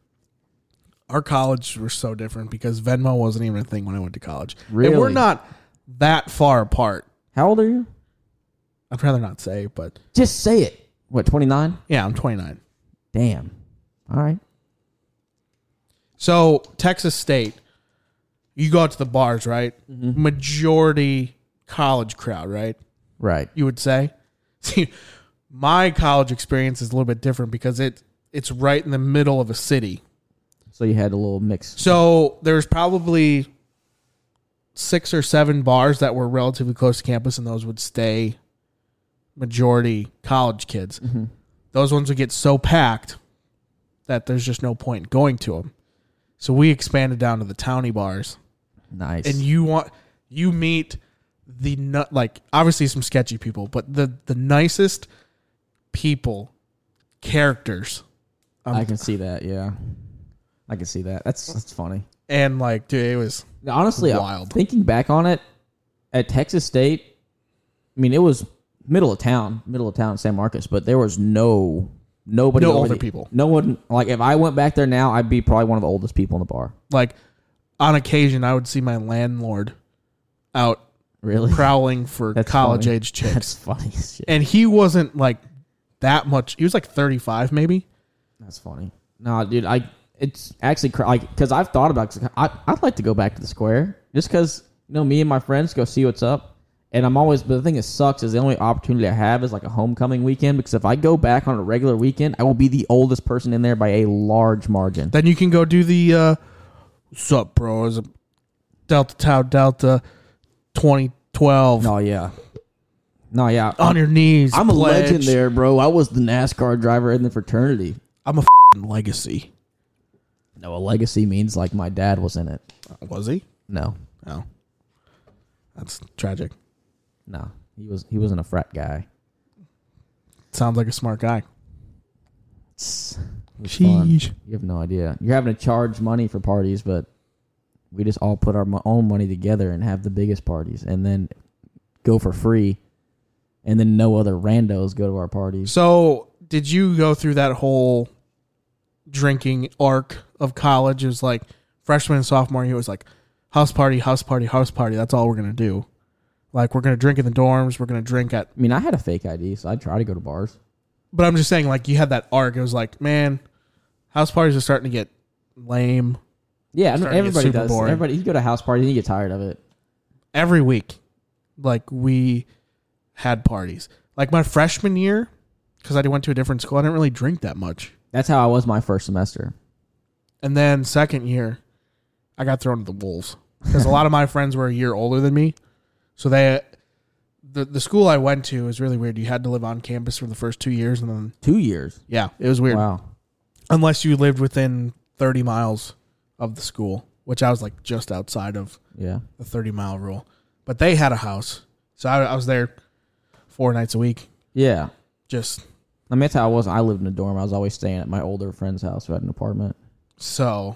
Speaker 2: our college were so different because Venmo wasn't even a thing when I went to college. And we're
Speaker 3: Really?
Speaker 2: not that far apart.
Speaker 3: How old are you?
Speaker 2: I'd rather not say, but
Speaker 3: Just say it. What? Twenty nine.
Speaker 2: yeah, I'm 29.
Speaker 3: Damn. All right.
Speaker 2: So, Texas State, you go out to the bars, right? Majority college crowd, right?
Speaker 3: Right.
Speaker 2: You would say. See, my college experience is a little bit different because it it's right in the middle of a city.
Speaker 3: So you had a little mix.
Speaker 2: So there's probably six or seven bars that were relatively close to campus, and those would stay majority college kids. Those ones would get so packed that there's just no point in going to them. So we expanded down to the towny bars,
Speaker 3: Nice.
Speaker 2: and you want you meet the nut like obviously some sketchy people, but the the nicest people characters.
Speaker 3: I can see that. Yeah, I can see that. That's that's funny.
Speaker 2: And like, dude, it was
Speaker 3: Honestly, I-
Speaker 2: Wild.
Speaker 3: thinking back on it, at Texas State, I mean, it was middle of town, middle of town, San Marcos, but there was no nobody,
Speaker 2: No
Speaker 3: over
Speaker 2: older
Speaker 3: the-
Speaker 2: people.
Speaker 3: no one. Like if I went back there now, I'd be probably one of the oldest people in the bar.
Speaker 2: like on occasion I would see my landlord out
Speaker 3: Really,
Speaker 2: prowling for
Speaker 3: That's
Speaker 2: college
Speaker 3: funny.
Speaker 2: age chicks.
Speaker 3: that's funny as shit.
Speaker 2: And he wasn't like that much. He was like 35 maybe.
Speaker 3: That's funny. No, dude, I it's actually cr- like because I've thought about. I I'd like to go back to the square just because you know me and my friends go see what's up, and I'm always. But the thing that sucks is the only opportunity I have is like a homecoming weekend because if I go back on a regular weekend, I will be the oldest person in there by a large margin.
Speaker 2: Then you can go do the uh what's up bro? Is a Delta Tau Delta 2012
Speaker 3: No, yeah, no, yeah.
Speaker 2: on your knees.
Speaker 3: I'm a
Speaker 2: pledge.
Speaker 3: legend there, bro. I was the NASCAR driver in the fraternity.
Speaker 2: I'm a f***ing legacy.
Speaker 3: No, a legacy means like my dad was in it.
Speaker 2: Was he?
Speaker 3: No,
Speaker 2: No. That's tragic.
Speaker 3: no, he was he wasn't a frat guy.
Speaker 2: Sounds like a smart guy.
Speaker 3: It's fun.
Speaker 2: Sheesh.
Speaker 3: You have no idea. You're having to charge money for parties, but we just all put our mo- own money together and have the biggest parties, and then go for free, and then no other randos go to our parties.
Speaker 2: So, did you go through that whole drinking arc of college? It was like freshman and sophomore year was like house party, house party, house party. That's all we're gonna do. Like we're gonna drink in the dorms. We're gonna drink at.
Speaker 3: I mean, I had a fake ID, so I try to go to bars.
Speaker 2: But I'm just saying, like you had that arc. It was like, man, house parties are starting to get lame
Speaker 3: Yeah, I mean,
Speaker 2: Starting to get
Speaker 3: everybody
Speaker 2: super
Speaker 3: does.
Speaker 2: boring.
Speaker 3: Everybody, you go to house parties and you get tired of it.
Speaker 2: every week. like we had parties. Like my freshman year, because I went to a different school, I didn't really drink that much.
Speaker 3: That's how I was my first semester.
Speaker 2: And then second year, I got thrown to the wolves because a lot of my friends were a year older than me. So they, the the school I went to is really weird. You had to live on campus for the first two years, and then
Speaker 3: Two years.
Speaker 2: yeah, it was weird.
Speaker 3: Wow.
Speaker 2: Unless you lived within thirty miles of the school, which I was like just outside of
Speaker 3: Yeah.
Speaker 2: the thirty mile rule. But they had a house, so I, I was there four nights a week,
Speaker 3: Yeah.
Speaker 2: just
Speaker 3: I mean, that's how I was. I lived in a dorm. I was always staying at my older friend's house who had an apartment.
Speaker 2: So,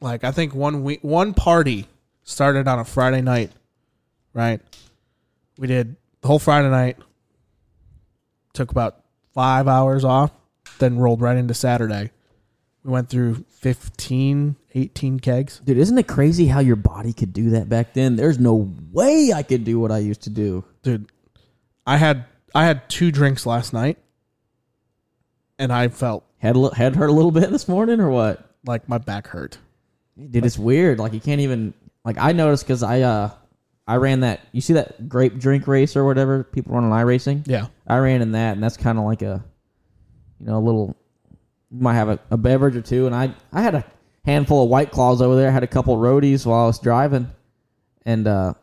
Speaker 2: like, I think one week, one party started on a Friday night, right? We did the whole Friday night, took about five hours off, then rolled right into Saturday. We went through 15, 18 kegs.
Speaker 3: Dude, isn't it crazy how your body could do that back then? There's no way I could do what I used to do.
Speaker 2: Dude, I had I had two drinks last night, and I felt
Speaker 3: Head, li- head hurt a little bit this morning or what?
Speaker 2: like my back hurt.
Speaker 3: Dude, it's weird. Like you can't even like I noticed because I uh I ran that you see that grape drink race or whatever people run on iRacing.
Speaker 2: Yeah.
Speaker 3: I ran in that, and that's kind of like a you know a little you might have a, a beverage or two, and I I had a handful of white claws over there. Had a couple roadies while I was driving, and uh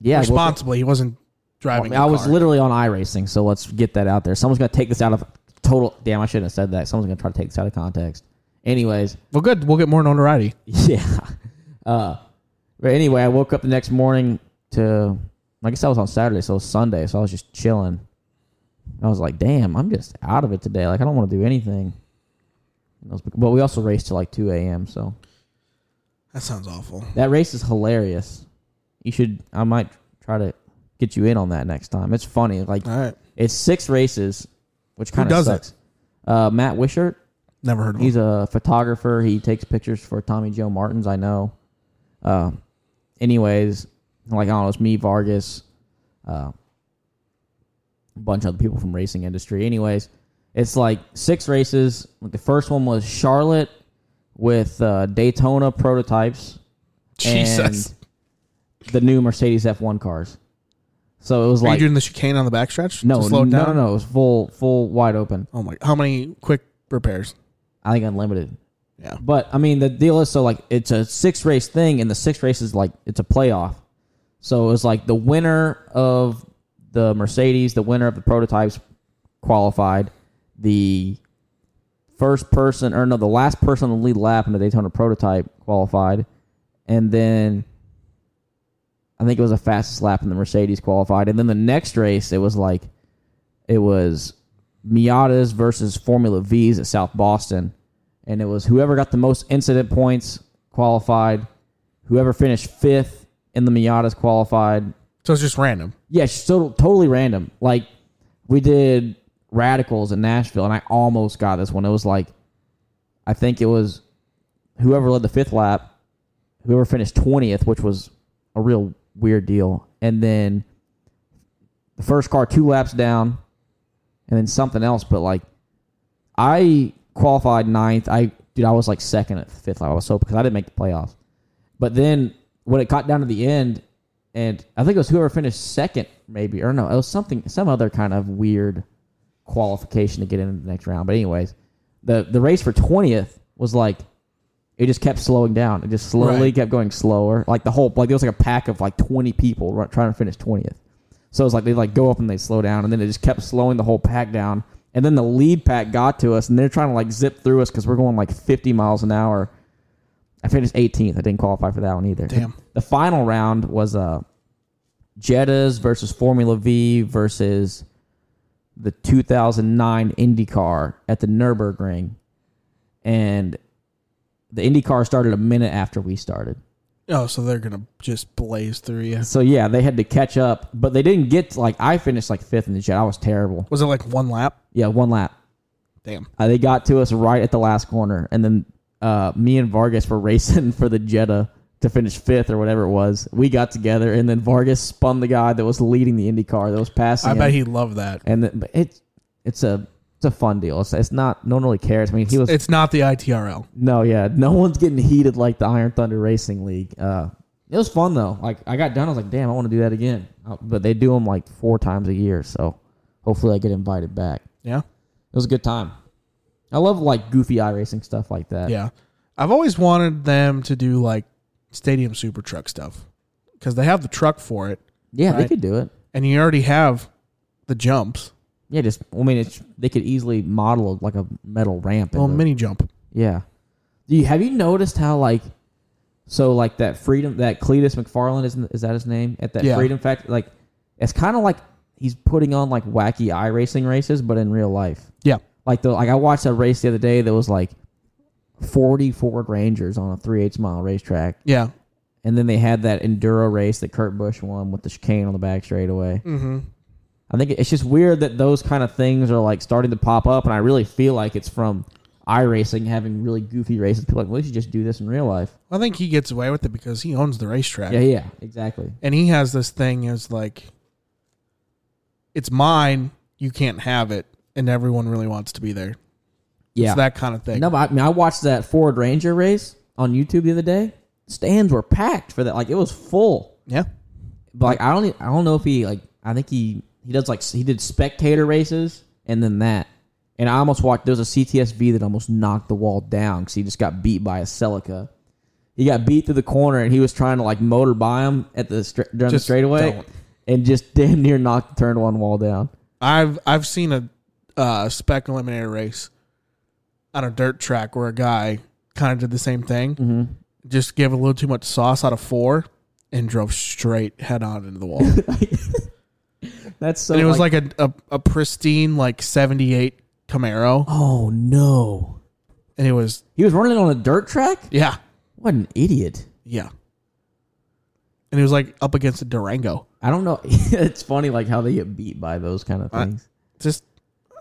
Speaker 3: yeah, well,
Speaker 2: Responsibly, he wasn't
Speaker 3: I,
Speaker 2: driving.
Speaker 3: mean,
Speaker 2: the
Speaker 3: I was
Speaker 2: car.
Speaker 3: literally on iRacing, so let's get that out there. Someone's gonna take this out of total. Damn, I shouldn't have said that. Someone's gonna try to take this out of context. Anyways,
Speaker 2: well, good. We'll get more notoriety.
Speaker 3: yeah. Uh, but anyway, I woke up the next morning to, I guess I was on Saturday, so it was Sunday, so I was just chilling. I was like, damn, I'm just out of it today. Like, I don't want to do anything. And I was- But we also raced till like 2 a.m., so
Speaker 2: That sounds awful.
Speaker 3: that race is hilarious. You should, I might try to get you in on that next time. It's funny. Like,
Speaker 2: All right.
Speaker 3: it's six races, which kind of
Speaker 2: does it?
Speaker 3: sucks. Uh, Matt Wishart,
Speaker 2: Never heard of him.
Speaker 3: He's a photographer. He takes pictures for Tommy Joe Martins. I know. Uh, anyways, like I don't know, it's me, Vargas, uh, a bunch of other people from racing industry. Anyways, it's like six races. Like the first one was Charlotte with uh, Daytona prototypes
Speaker 2: Jesus.
Speaker 3: and the new Mercedes F1 cars. So it was
Speaker 2: Are
Speaker 3: like
Speaker 2: you doing the chicane on the backstretch?
Speaker 3: no,
Speaker 2: to slow it
Speaker 3: no,
Speaker 2: down?
Speaker 3: no, no. It was full, full wide open.
Speaker 2: Oh my! How many quick repairs?
Speaker 3: I think unlimited.
Speaker 2: Yeah.
Speaker 3: But I mean, the deal is so like it's a six race thing, and the six race is like it's a playoff. So it was like the winner of the Mercedes, the winner of the prototypes qualified. The first person, or no, the last person on the lead lap in the Daytona prototype qualified, and then I think it was the fastest lap in the Mercedes qualified. And then the next race, it was like it was Miatas versus Formula V's at South Boston, and it was whoever got the most incident points qualified. Whoever finished fifth in the Miatas qualified.
Speaker 2: So it's just random.
Speaker 3: Yeah, so totally random. Like we did radicals in Nashville, and I almost got this one. It was like I think it was whoever led the fifth lap, whoever finished twentieth, which was a real weird deal, and then the first car two laps down, and then something else. But like I qualified ninth. I dude, I was like second at fifth lap. I was so because I didn't make the playoffs. But then when it got down to the end, and I think it was whoever finished second, maybe or no, it was something, some other kind of weird qualification to get into the next round. But anyways, the the race for twentieth was like it just kept slowing down. It just slowly
Speaker 2: Right.
Speaker 3: kept going slower. Like the whole like there was like a pack of like twenty people ru- trying to finish twentieth. So it's like they like go up and they slow down, and then it just kept slowing the whole pack down. And then the lead pack got to us, and they're trying to like zip through us because we're going like 50 miles an hour. I finished 18th. I didn't qualify for that one either.
Speaker 2: Damn.
Speaker 3: The final round was uh, Jettas versus Formula V versus the 2009 IndyCar at the Nurburgring, and the IndyCar started a minute after we started.
Speaker 2: Oh, so they're gonna just blaze through you.
Speaker 3: So yeah, they had to catch up, but they didn't get like I finished like fifth in the jet. I was terrible.
Speaker 2: Was it like one lap?
Speaker 3: Yeah, one lap.
Speaker 2: Damn.
Speaker 3: Uh, they got to us right at the last corner, and then uh, me and Vargas were racing for the Jetta to finish fifth or whatever it was. We got together, and then Vargas spun the guy that was leading the Indy car that was passing.
Speaker 2: I
Speaker 3: him.
Speaker 2: bet he loved that.
Speaker 3: And then, but it's it's a it's a fun deal. It's, it's not no one really cares. I mean, he was
Speaker 2: It's not the ITRL.
Speaker 3: no, yeah, no one's getting heated like the Iron Thunder Racing League. Uh, It was fun though. Like I got done, I was like, "Damn, I want to do that again." Uh, But they do them like four times a year, so hopefully I get invited back.
Speaker 2: Yeah.
Speaker 3: It was a good time. I love like goofy iRacing stuff like that.
Speaker 2: Yeah. I've always wanted them to do like stadium super truck stuff because they have the truck for it
Speaker 3: yeah, they
Speaker 2: Right.
Speaker 3: could do it.
Speaker 2: and you already have the jumps.
Speaker 3: Yeah, just I mean, it's they could easily model like a metal ramp.
Speaker 2: Well,
Speaker 3: into-
Speaker 2: mini jump.
Speaker 3: yeah. Do you have you noticed how like so like that freedom that Cletus McFarland is is that his name at that
Speaker 2: Yeah.
Speaker 3: Freedom Factory? Like it's kind of like he's putting on like wacky iRacing races, but in real life.
Speaker 2: Yeah.
Speaker 3: Like the like I watched a race the other day that was like forty Ford Rangers on a three eighths mile racetrack,
Speaker 2: Yeah.
Speaker 3: and then they had that enduro race that Kurt Busch won with the chicane on the back straightaway. Mm-hmm. I think it's just weird that those kind of things are like starting to pop up, and I really feel like it's from iRacing having really goofy races. People are like, well, we should just do this in real life.
Speaker 2: I think he gets away with it because he owns the racetrack.
Speaker 3: Yeah, yeah, exactly.
Speaker 2: And he has this thing as like, it's mine. You can't have it. And everyone really wants to be there.
Speaker 3: Yeah,
Speaker 2: It's that kind of thing.
Speaker 3: No, but I mean, I watched that Ford Ranger race on YouTube the other day. Stands were packed for that. Like it was full.
Speaker 2: Yeah.
Speaker 3: but like I don't e- I don't know if he like I think he he does like he did spectator races and then that and I almost watched there was a CTSV that almost knocked the wall down because he just got beat by a Celica. He got beat through the corner and he was trying to like motor by him at the stra- during the
Speaker 2: Just
Speaker 3: straightaway
Speaker 2: don't.
Speaker 3: and just damn near knocked the turn one wall down.
Speaker 2: I've I've seen a uh, spec eliminator race on a dirt track where a guy kind of did the same thing, mm-hmm. just gave a little too much sauce out of four and drove straight head on into the wall. and
Speaker 3: That's so.
Speaker 2: it was
Speaker 3: like,
Speaker 2: like, a, a a pristine like seventy eight Camaro,
Speaker 3: oh no,
Speaker 2: and it was
Speaker 3: he was running on a dirt track.
Speaker 2: yeah
Speaker 3: What an idiot!
Speaker 2: yeah, and it was like up against a Durango.
Speaker 3: I don't know. it's funny like how they get beat by those kind of things.
Speaker 2: Just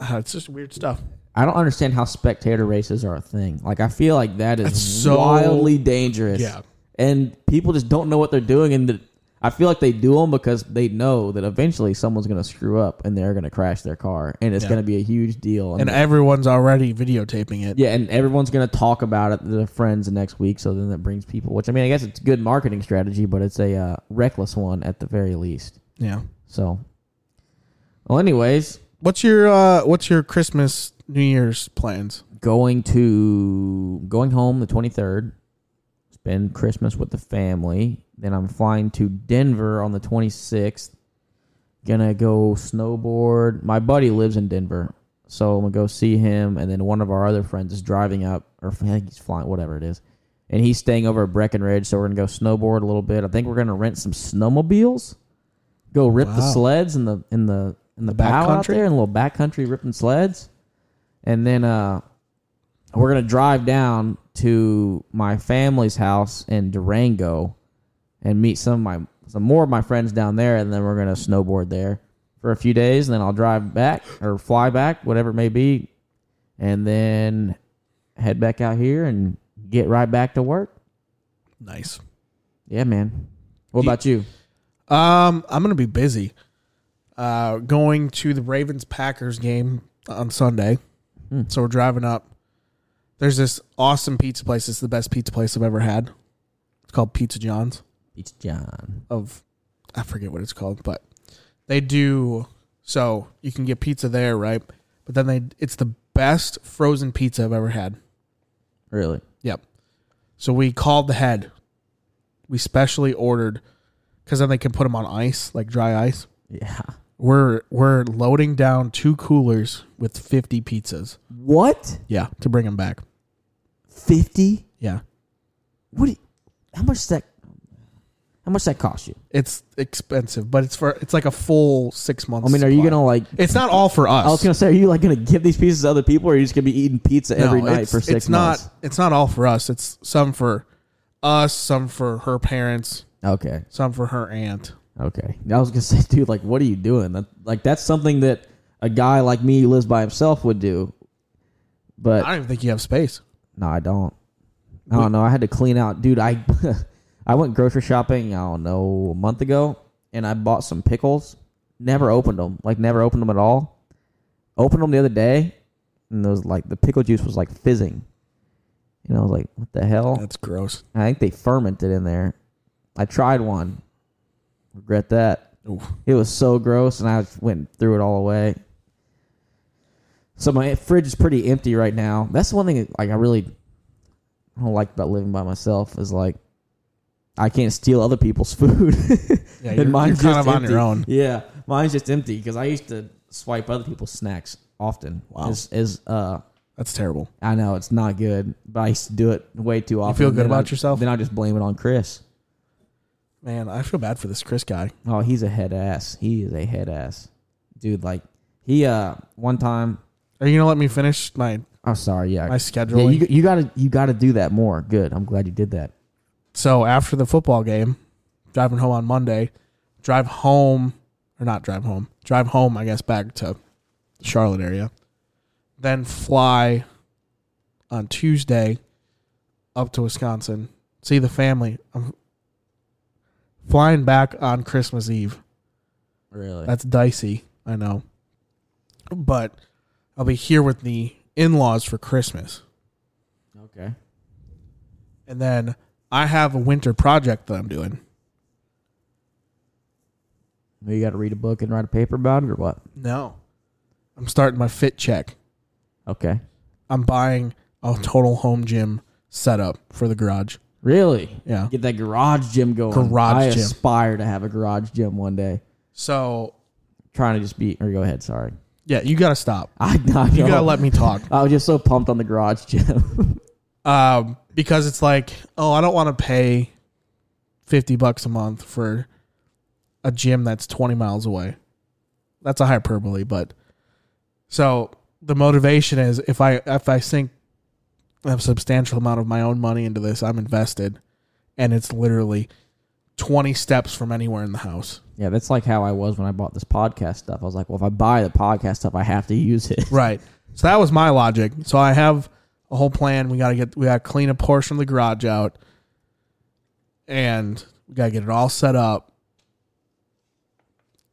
Speaker 2: uh, it's just weird stuff.
Speaker 3: I don't understand how spectator races are a thing. Like I feel like that is
Speaker 2: so-
Speaker 3: wildly dangerous.
Speaker 2: Yeah.
Speaker 3: And people just don't know what they're doing and the, I feel like they do them because they know that eventually someone's going to screw up and they're going to crash their car and it's
Speaker 2: Yeah.
Speaker 3: going to be a huge deal.
Speaker 2: And everyone's already videotaping it.
Speaker 3: yeah, and everyone's going to talk about it to their friends the next week so then that brings people, which I mean, I guess it's good marketing strategy, but it's a uh, reckless one at the very least.
Speaker 2: yeah.
Speaker 3: So Well, anyways,
Speaker 2: What's your uh, what's your Christmas New Year's plans?
Speaker 3: going to going home the 23rd spend christmas with the family then i'm flying to denver on the 26th gonna go snowboard my buddy lives in denver so i'm gonna go see him and then one of our other friends is driving up or i think he's flying whatever it is and he's staying over at breckenridge so we're gonna go snowboard a little bit i think we're gonna rent some snowmobiles go rip the
Speaker 2: Wow.
Speaker 3: sleds in the in the in the, bow out
Speaker 2: backcountry?
Speaker 3: there in a little backcountry ripping sleds and then uh we're gonna drive down to my family's house in Durango and meet some of my some more of my friends down there, and then we're gonna snowboard there for a few days, and then I'll drive back or fly back, whatever it may be, and then head back out here and get right back to work.
Speaker 2: Nice.
Speaker 3: Yeah, man. What about you?
Speaker 2: Um, I'm gonna be busy. Uh, going to the Ravens Packers game on Sunday, so we're driving up. There's this awesome pizza place. It's the best pizza place I've ever had. It's called Pizza John's.
Speaker 3: It's John.
Speaker 2: Of, I forget what it's called, but they do. So you can get pizza there, right? But then they, it's the best frozen pizza I've ever had.
Speaker 3: Really?
Speaker 2: Yep. So we called the head. We specially ordered because then they can put them on ice, like dry ice.
Speaker 3: Yeah.
Speaker 2: We're we're loading down two coolers with fifty pizzas.
Speaker 3: What?
Speaker 2: Yeah, to bring them back.
Speaker 3: Fifty?
Speaker 2: Yeah,
Speaker 3: What? do you- how much does that? How much does that cost you?
Speaker 2: it's expensive, but it's for it's like a full six months.
Speaker 3: I mean, are you gonna like?
Speaker 2: It's not all for us.
Speaker 3: I was gonna say, are you like gonna give these pieces to other people, or are you just gonna be eating pizza every night
Speaker 2: it's,
Speaker 3: for six
Speaker 2: it's
Speaker 3: months?
Speaker 2: not. It's not all for us. It's some for us, some for her parents,
Speaker 3: okay,
Speaker 2: some for her aunt.
Speaker 3: okay. I was gonna say, dude, like, what are you doing? That, like, that's something that a guy like me who lives by himself would do. But
Speaker 2: I don't even think you have space.
Speaker 3: No, I don't. I don't know. I had to clean out, dude. I I went grocery shopping. I don't know a month ago, and I bought some pickles. Never opened them. Like never opened them at all. Opened them the other day, and those like the pickle juice was like fizzing. And I was like, "What the hell?"
Speaker 2: That's gross.
Speaker 3: I think they fermented in there. I tried one. Regret that. It was so gross, and I just went and threw it all away. So my fridge is pretty empty right now. That's one thing like I really I don't like about living by myself is like I can't steal other people's food.
Speaker 2: Yeah, you're- you're kind of on your own.
Speaker 3: Yeah, mine's just empty because I used to swipe other people's snacks often. Wow, is, is uh
Speaker 2: That's terrible.
Speaker 3: I know it's not good, but I used to do it way too often.
Speaker 2: feel good
Speaker 3: Then
Speaker 2: about
Speaker 3: I-
Speaker 2: yourself?
Speaker 3: Then I just blame it on Chris.
Speaker 2: Man, I feel bad for this Chris guy.
Speaker 3: Oh, he's a head ass. He is a head ass, dude. Like he uh one time.
Speaker 2: Are you gonna let me finish my
Speaker 3: I'm sorry. Yeah,
Speaker 2: My
Speaker 3: Yeah,
Speaker 2: scheduling.
Speaker 3: you, you gotta you gotta do that more. Good. I'm glad you did that.
Speaker 2: So after the football game, driving home on Monday, drive home or not drive home, drive home, I guess, back to the Charlotte area, then fly on Tuesday up to Wisconsin, see the family. I'm flying back on Christmas Eve.
Speaker 3: Really?
Speaker 2: That's dicey, I know. But I'll be here with the in laws for Christmas.
Speaker 3: okay.
Speaker 2: And then I have a winter project that I'm doing.
Speaker 3: You gotta read a book and write a paper about it or what?
Speaker 2: No. I'm starting my fit check.
Speaker 3: Okay.
Speaker 2: I'm buying a total home gym setup for the garage.
Speaker 3: Really?
Speaker 2: Yeah.
Speaker 3: Get that garage gym going.
Speaker 2: Garage
Speaker 3: I
Speaker 2: gym.
Speaker 3: aspire to have a garage gym one day.
Speaker 2: So,
Speaker 3: Trying to just be or go ahead. Sorry.
Speaker 2: yeah, you got to stop.
Speaker 3: I, I
Speaker 2: You got to let me talk.
Speaker 3: I was just so pumped on the garage gym.
Speaker 2: Um, because it's like, oh, I don't want to pay 50 bucks a month for a gym that's 20 miles away. That's a hyperbole, but so the motivation is if I if I sink a substantial amount of my own money into this, I'm invested and it's literally 20 steps from anywhere in the house.
Speaker 3: yeah, that's like how I was when I bought this podcast stuff. I was like, well, if I buy the podcast stuff, I have to use it.
Speaker 2: Right. So that was my logic. So I have a whole plan. We gotta get we gotta clean a portion of the garage out, and we gotta get it all set up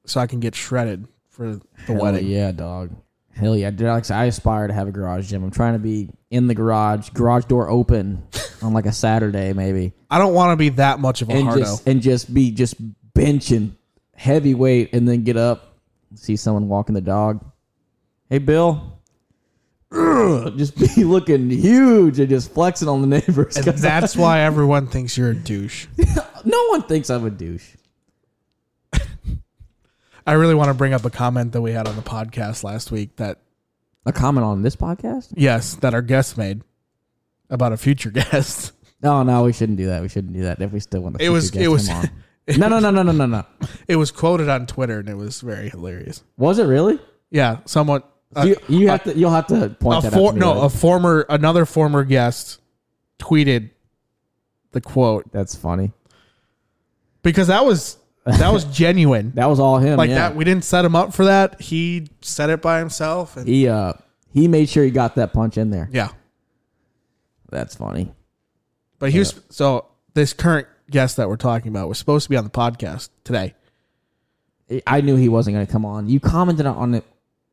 Speaker 2: so I can get shredded for the
Speaker 3: Hell
Speaker 2: wedding.
Speaker 3: Yeah, dog. Hell yeah, dude. Alex, I aspire to have a garage gym. I'm trying to be in the garage, garage door open on like a Saturday maybe,
Speaker 2: I don't want to be that much of a
Speaker 3: and
Speaker 2: hardo.
Speaker 3: just and just be just benching heavy weight, and then get up, see someone walking the dog. Hey, Bill. Ugh, just be looking huge and just flexing on the neighbors. 'cause
Speaker 2: That's why everyone thinks you're a douche.
Speaker 3: no one thinks I'm a douche.
Speaker 2: I really want to bring up a comment that we had on the podcast last week that
Speaker 3: A comment on this podcast?
Speaker 2: yes, that our guest made about a future guest.
Speaker 3: No, no, we shouldn't do that. We shouldn't do that. If we still want to,
Speaker 2: It was- it was-
Speaker 3: On. no, no, no, no, no, no, no.
Speaker 2: It was quoted on Twitter and it was very hilarious.
Speaker 3: Was it really?
Speaker 2: Yeah, uh, someone
Speaker 3: you, you have to. You'll have to point
Speaker 2: a
Speaker 3: that out.
Speaker 2: for,
Speaker 3: to me
Speaker 2: no,
Speaker 3: later.
Speaker 2: a former another former guest tweeted the quote
Speaker 3: that's funny.
Speaker 2: because that was that was genuine.
Speaker 3: That was all him.
Speaker 2: like
Speaker 3: yeah.
Speaker 2: that we didn't set him up for that. He said it by himself and
Speaker 3: He uh he made sure he got that punch in there.
Speaker 2: yeah.
Speaker 3: That's funny.
Speaker 2: But he was so this current guest that we're talking about was supposed to be on the podcast today.
Speaker 3: I knew he wasn't going to come on. You commented on it,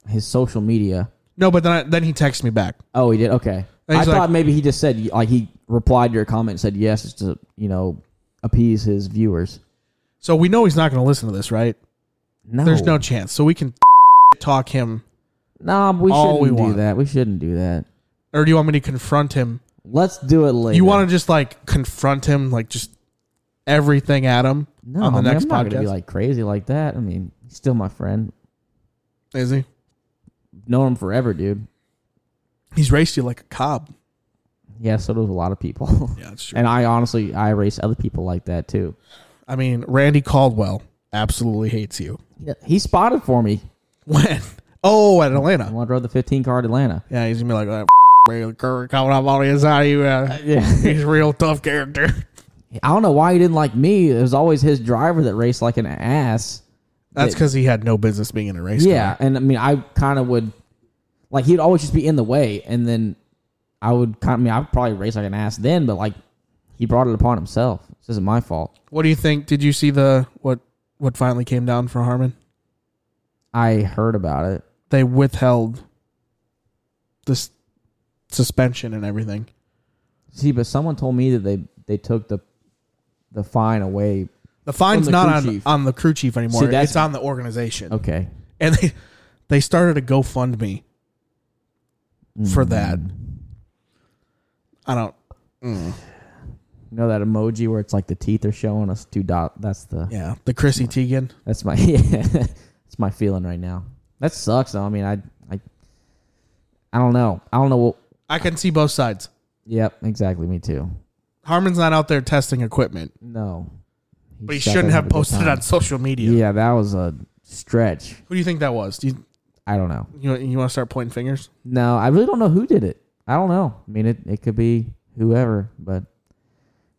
Speaker 3: his social media.
Speaker 2: No, but then I, then he texted me back.
Speaker 3: Oh, he did. Okay.
Speaker 2: And
Speaker 3: I
Speaker 2: he's
Speaker 3: thought
Speaker 2: like-
Speaker 3: maybe he just said like he replied to your comment and said yes just to you know appease his viewers.
Speaker 2: So we know he's not going to listen to this, right?
Speaker 3: No,
Speaker 2: There's no chance. So we can talk him
Speaker 3: Nah, we
Speaker 2: All
Speaker 3: shouldn't
Speaker 2: we
Speaker 3: do
Speaker 2: want.
Speaker 3: that. We shouldn't do that.
Speaker 2: or do you want me to confront him?
Speaker 3: Let's do it later.
Speaker 2: You want to just like confront him like just everything at him
Speaker 3: no?
Speaker 2: on the
Speaker 3: I mean,
Speaker 2: next
Speaker 3: I'm not
Speaker 2: podcast?
Speaker 3: gonna be like crazy like that. I mean, he's still my friend.
Speaker 2: Is he?
Speaker 3: Known him forever, dude.
Speaker 2: He's raced you like a cob.
Speaker 3: Yeah, so does a lot of people.
Speaker 2: Yeah, that's true.
Speaker 3: and I honestly, I erase other people like that too.
Speaker 2: I mean, Randy Caldwell absolutely hates you.
Speaker 3: Yeah, he spotted for me
Speaker 2: When? Oh, at
Speaker 3: And
Speaker 2: Atlanta.
Speaker 3: when I drove the 15 car to Atlanta.
Speaker 2: Yeah, he's gonna be like that. Ray Kerr coming up on the inside of you. uh,
Speaker 3: Yeah.
Speaker 2: he's a real tough character.
Speaker 3: I don't know why he didn't like me. It was always his driver that raced like an ass.
Speaker 2: That's because he had no business being in a race.
Speaker 3: Yeah.
Speaker 2: car.
Speaker 3: And I mean, I kind of would, like, he'd always just be in the way. And then I would kind of, I mean, I would probably race like an ass then, but like, he brought it upon himself. This isn't my fault.
Speaker 2: What do you think? Did you see the what what finally came down for Harmon?
Speaker 3: I heard about it.
Speaker 2: They withheld this suspension and everything.
Speaker 3: See, but someone told me that they, they took the the fine away.
Speaker 2: The fine's
Speaker 3: the
Speaker 2: not
Speaker 3: crew
Speaker 2: on
Speaker 3: chief.
Speaker 2: on the crew chief anymore.
Speaker 3: See, that's-
Speaker 2: it's on the organization.
Speaker 3: Okay,
Speaker 2: And they they started a GoFundMe
Speaker 3: Hmm.
Speaker 2: for that. I don't.
Speaker 3: you know that emoji where it's like the teeth are showing us two dot. That's the
Speaker 2: Yeah, the Chrissy Teigen.
Speaker 3: that's my yeah, that's my feeling right now. That sucks. Though. I mean, I I I don't know. I don't know what.
Speaker 2: I can see both sides.
Speaker 3: Yep, exactly. Me too.
Speaker 2: Harmon's not out there testing equipment,
Speaker 3: No,
Speaker 2: but he
Speaker 3: sucked
Speaker 2: shouldn't
Speaker 3: at
Speaker 2: have
Speaker 3: it at the
Speaker 2: posted it
Speaker 3: time.
Speaker 2: on social media.
Speaker 3: Yeah, that was a stretch.
Speaker 2: Who do you think that was? Do you
Speaker 3: I don't know.
Speaker 2: you, you want to start pointing fingers?
Speaker 3: No, I really don't know who did it. I don't know. I mean, it, it could be whoever, but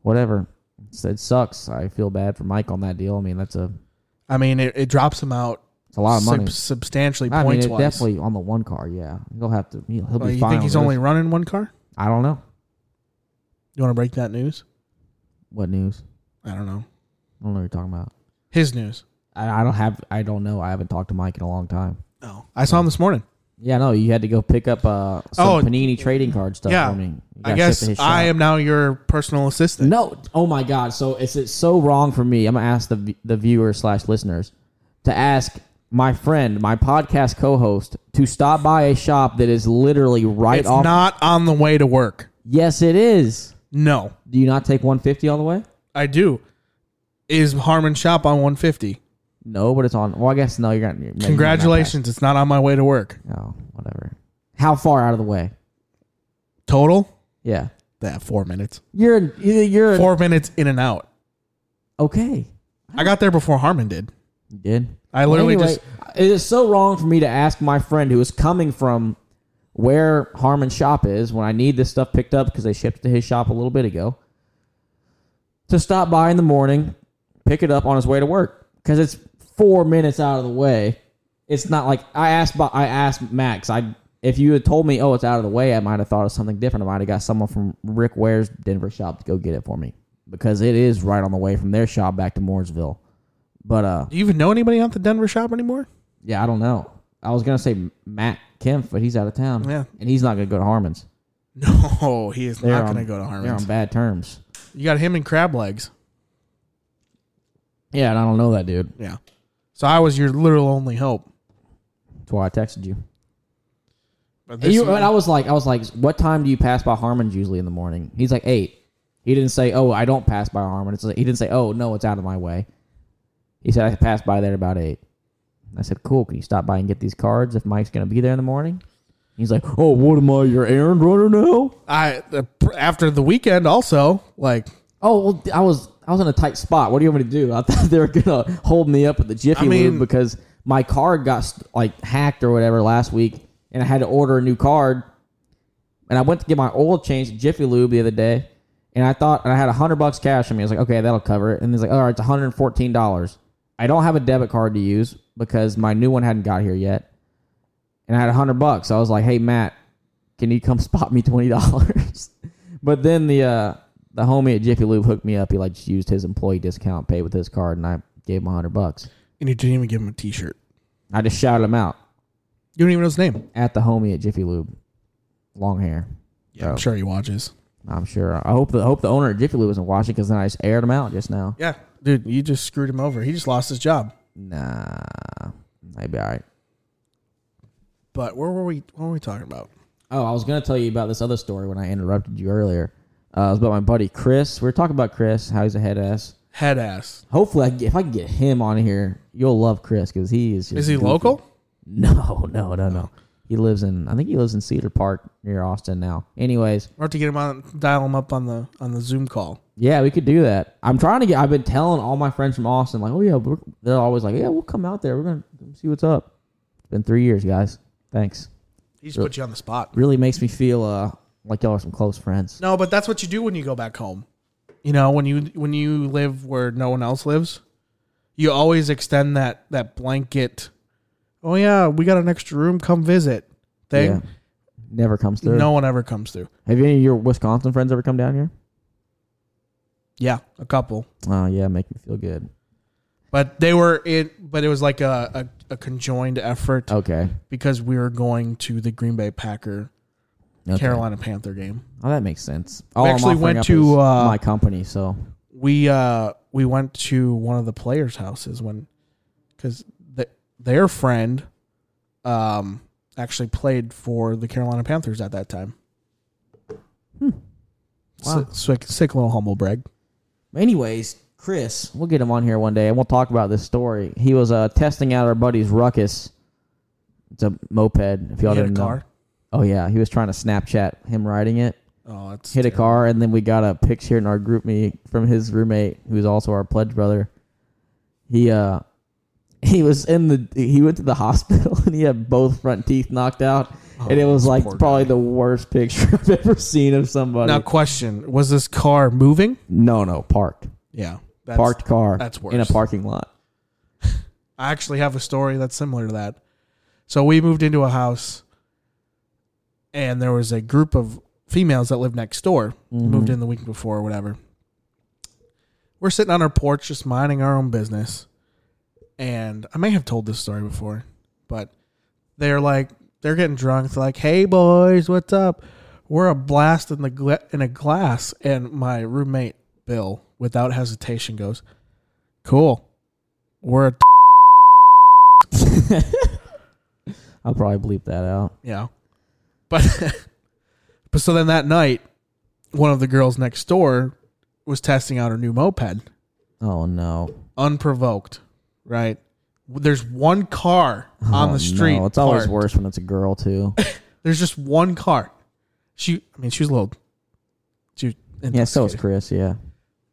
Speaker 3: whatever. It's, it sucks. I feel bad for Mike on that deal. I mean, that's a
Speaker 2: I mean, it, it drops him out
Speaker 3: it's a lot of
Speaker 2: sub-
Speaker 3: money.
Speaker 2: substantially
Speaker 3: I mean,
Speaker 2: points
Speaker 3: it
Speaker 2: wise.
Speaker 3: definitely on the one car. Yeah, he'll have to. He'll, he'll
Speaker 2: Well,
Speaker 3: be
Speaker 2: you
Speaker 3: fine.
Speaker 2: think he's
Speaker 3: with
Speaker 2: only
Speaker 3: this.
Speaker 2: running one car?
Speaker 3: I don't know
Speaker 2: You want to break that news?
Speaker 3: what news.
Speaker 2: I don't know.
Speaker 3: I don't know what you're talking about.
Speaker 2: His news.
Speaker 3: I, I don't have. I don't know. I haven't talked to Mike in a long time.
Speaker 2: No, I saw him this morning.
Speaker 3: Yeah, no, you had to go pick up uh, some
Speaker 2: Oh,
Speaker 3: panini trading card stuff.
Speaker 2: yeah.
Speaker 3: for me. You
Speaker 2: I
Speaker 3: got shipped to
Speaker 2: guess
Speaker 3: his
Speaker 2: I
Speaker 3: shop.
Speaker 2: am now your personal assistant.
Speaker 3: No. Oh my God. So it's, it's so wrong for me. I'm gonna ask the the viewers slash listeners to ask my friend, my podcast co-host, to stop by a shop that is literally right
Speaker 2: it's
Speaker 3: off.
Speaker 2: not on the way to work.
Speaker 3: yes, it is.
Speaker 2: No,
Speaker 3: Do you not take 150 all the way?
Speaker 2: I do. Is Harmon Shop on 150?
Speaker 3: No, but it's on. Well, I guess no. You're gonna. you're- maybe you're not back.
Speaker 2: Congratulations, it's not on my way to work.
Speaker 3: Oh, whatever. How far out of the way?
Speaker 2: Total?
Speaker 3: Yeah,
Speaker 2: That four minutes.
Speaker 3: you're in- you're you're in-
Speaker 2: Four minutes in and out.
Speaker 3: okay.
Speaker 2: I got there before Harmon did.
Speaker 3: You did.
Speaker 2: I literally
Speaker 3: Anyway,
Speaker 2: just
Speaker 3: it is so wrong for me to ask my friend who is coming from where Harmon shop is when I need this stuff picked up because they shipped it to his shop a little bit ago to stop by in the morning, pick it up on his way to work because it's four minutes out of the way. It's not like I asked. Bo- I asked Max. I if you had told me, oh, it's out of the way, I might have thought of something different. I might have got someone from Rick Ware's Denver shop to go get it for me because it is right on the way from their shop back to Mooresville. But uh,
Speaker 2: Do you even know anybody out the Denver shop anymore?
Speaker 3: yeah, I don't know. I was gonna say Matt Kemp, but he's out of town.
Speaker 2: Yeah.
Speaker 3: and he's not gonna go to Harmon's.
Speaker 2: No, he is
Speaker 3: They're
Speaker 2: not
Speaker 3: on-
Speaker 2: going to go to
Speaker 3: They're on
Speaker 2: Harmon's.
Speaker 3: bad terms.
Speaker 2: You got him and crab legs.
Speaker 3: Yeah, and I don't know that dude.
Speaker 2: Yeah. So I was your literal only hope.
Speaker 3: That's why I texted you.
Speaker 2: But
Speaker 3: And,
Speaker 2: this
Speaker 3: you, and I was like, I was like, what time do you pass by Harmon's usually in the morning? He's like eight. He didn't say, oh, I don't pass by Harmon. It's like, he didn't say, oh, no, it's out of my way. He said I passed by there about eight. And I said, cool. Can you stop by and get these cards if Mike's gonna be there in the morning? He's like, oh, what am I, your errand runner now?
Speaker 2: I uh, pr- after the weekend also like
Speaker 3: Oh well, I was I was in a tight spot. What do you want me to do? I thought they were gonna hold me up at the Jiffy
Speaker 2: I mean-
Speaker 3: Lube because my card got st- like hacked or whatever last week, and I had to order a new card. And I went to get my oil changed at Jiffy Lube the other day, and I thought and I had a hundred bucks cash on me. I was like, okay, that'll cover it. And he's like, all right, it's one hundred fourteen dollars. I don't have a debit card to use because my new one hadn't got here yet, and I had a hundred bucks. I was like, hey Matt, can you come spot me twenty dollars? but then the uh, the homie at Jiffy Lube hooked me up. He like just used his employee discount, paid with his card, and I gave him a hundred bucks.
Speaker 2: and you didn't even give him a t-shirt.
Speaker 3: I just shouted him out
Speaker 2: You don't even know his name.
Speaker 3: at the homie at Jiffy Lube, long hair.
Speaker 2: Yeah, I'm sure he watches.
Speaker 3: I'm sure. I hope the I hope the owner at Jiffy Lube isn't watching because then I just aired him out just now.
Speaker 2: Yeah, dude, you just screwed him over. He just lost his job.
Speaker 3: Nah, maybe all right.
Speaker 2: But where were we? What were we talking about?
Speaker 3: Oh, I was gonna tell you about this other story when I interrupted you earlier. Uh, it was about my buddy Chris. We were talking about Chris, how he's a head ass.
Speaker 2: Head ass.
Speaker 3: Hopefully, I can get, if I can get him on here, you'll love Chris because he is. Just
Speaker 2: Is he
Speaker 3: goofy.
Speaker 2: local?
Speaker 3: No, no, no, no. He lives in I think he lives in Cedar Park near Austin now. Anyways,
Speaker 2: We'll have to get him on, dial him up on the on the Zoom call.
Speaker 3: yeah, we could do that. I'm trying to get. I've been telling all my friends from Austin like, oh yeah, we're, they're always like, yeah, we'll come out there. We're gonna see what's up. It's been three years, guys. Thanks.
Speaker 2: He just put you on the spot.
Speaker 3: Really makes me feel uh like y'all are some close friends.
Speaker 2: No, but that's what you do when you go back home. You know, when you when you live where no one else lives, you always extend that that blanket. Oh yeah, we got an extra room. Come visit.
Speaker 3: Yeah.
Speaker 2: Thing.
Speaker 3: Never comes through.
Speaker 2: No one ever comes through.
Speaker 3: Have any of your Wisconsin friends ever come down here?
Speaker 2: Yeah, a couple.
Speaker 3: Oh yeah, make me feel good.
Speaker 2: But they were in. But it was like a a, a conjoined effort
Speaker 3: Okay.
Speaker 2: because we were going to the Green Bay Packer
Speaker 3: Okay.
Speaker 2: Carolina Panther game.
Speaker 3: Oh, that makes sense. All I'm
Speaker 2: actually
Speaker 3: offering
Speaker 2: went
Speaker 3: up
Speaker 2: to,
Speaker 3: is
Speaker 2: uh,
Speaker 3: my company, so
Speaker 2: we uh we went to one of the players' houses when because the, their friend um actually played for the Carolina Panthers at that time.
Speaker 3: Hmm. Wow.
Speaker 2: S- sick, sick little humble brag.
Speaker 3: Anyways, Chris, we'll get him on here one day and we'll talk about this story. He was uh, testing out our buddy's Ruckus. It's a moped. If y'all
Speaker 2: Hit a
Speaker 3: didn't know.
Speaker 2: car?
Speaker 3: Oh yeah, he was trying to Snapchat him riding it.
Speaker 2: Oh, that's
Speaker 3: Hit a car, and then we got a picture in our group me from his roommate, who's also our pledge brother. He uh, he was in the he went to the hospital and he had both front teeth knocked out, and
Speaker 2: Oh,
Speaker 3: it was like probably the worst picture I've ever seen of somebody.
Speaker 2: Now, question: Was this car moving?
Speaker 3: no, no, parked.
Speaker 2: Yeah, that's,
Speaker 3: parked car
Speaker 2: that's
Speaker 3: in a
Speaker 2: worse.
Speaker 3: parking lot.
Speaker 2: I actually have a story that's similar to that. So we moved into a house, and there was a group of females that lived next door. Moved in the week before, or whatever. We're sitting on our porch, just minding our own business, and I may have told this story before, but they're like they're getting drunk. They're like, "Hey boys, what's up?" We're a blast in the gla- in a glass, and my roommate Bill, without hesitation, goes, "Cool, we're a
Speaker 3: I'll probably bleep that out.
Speaker 2: you know. But but so then that night, one of the girls next door was testing out her new moped,
Speaker 3: Oh no!
Speaker 2: unprovoked, right? There's one car on
Speaker 3: Oh,
Speaker 2: the street.
Speaker 3: no. It's always
Speaker 2: parked.
Speaker 3: worse when it's a girl too.
Speaker 2: There's just one car. She, I mean, she was a little. She was
Speaker 3: yeah, so is
Speaker 2: intoxicated.
Speaker 3: Chris. Yeah.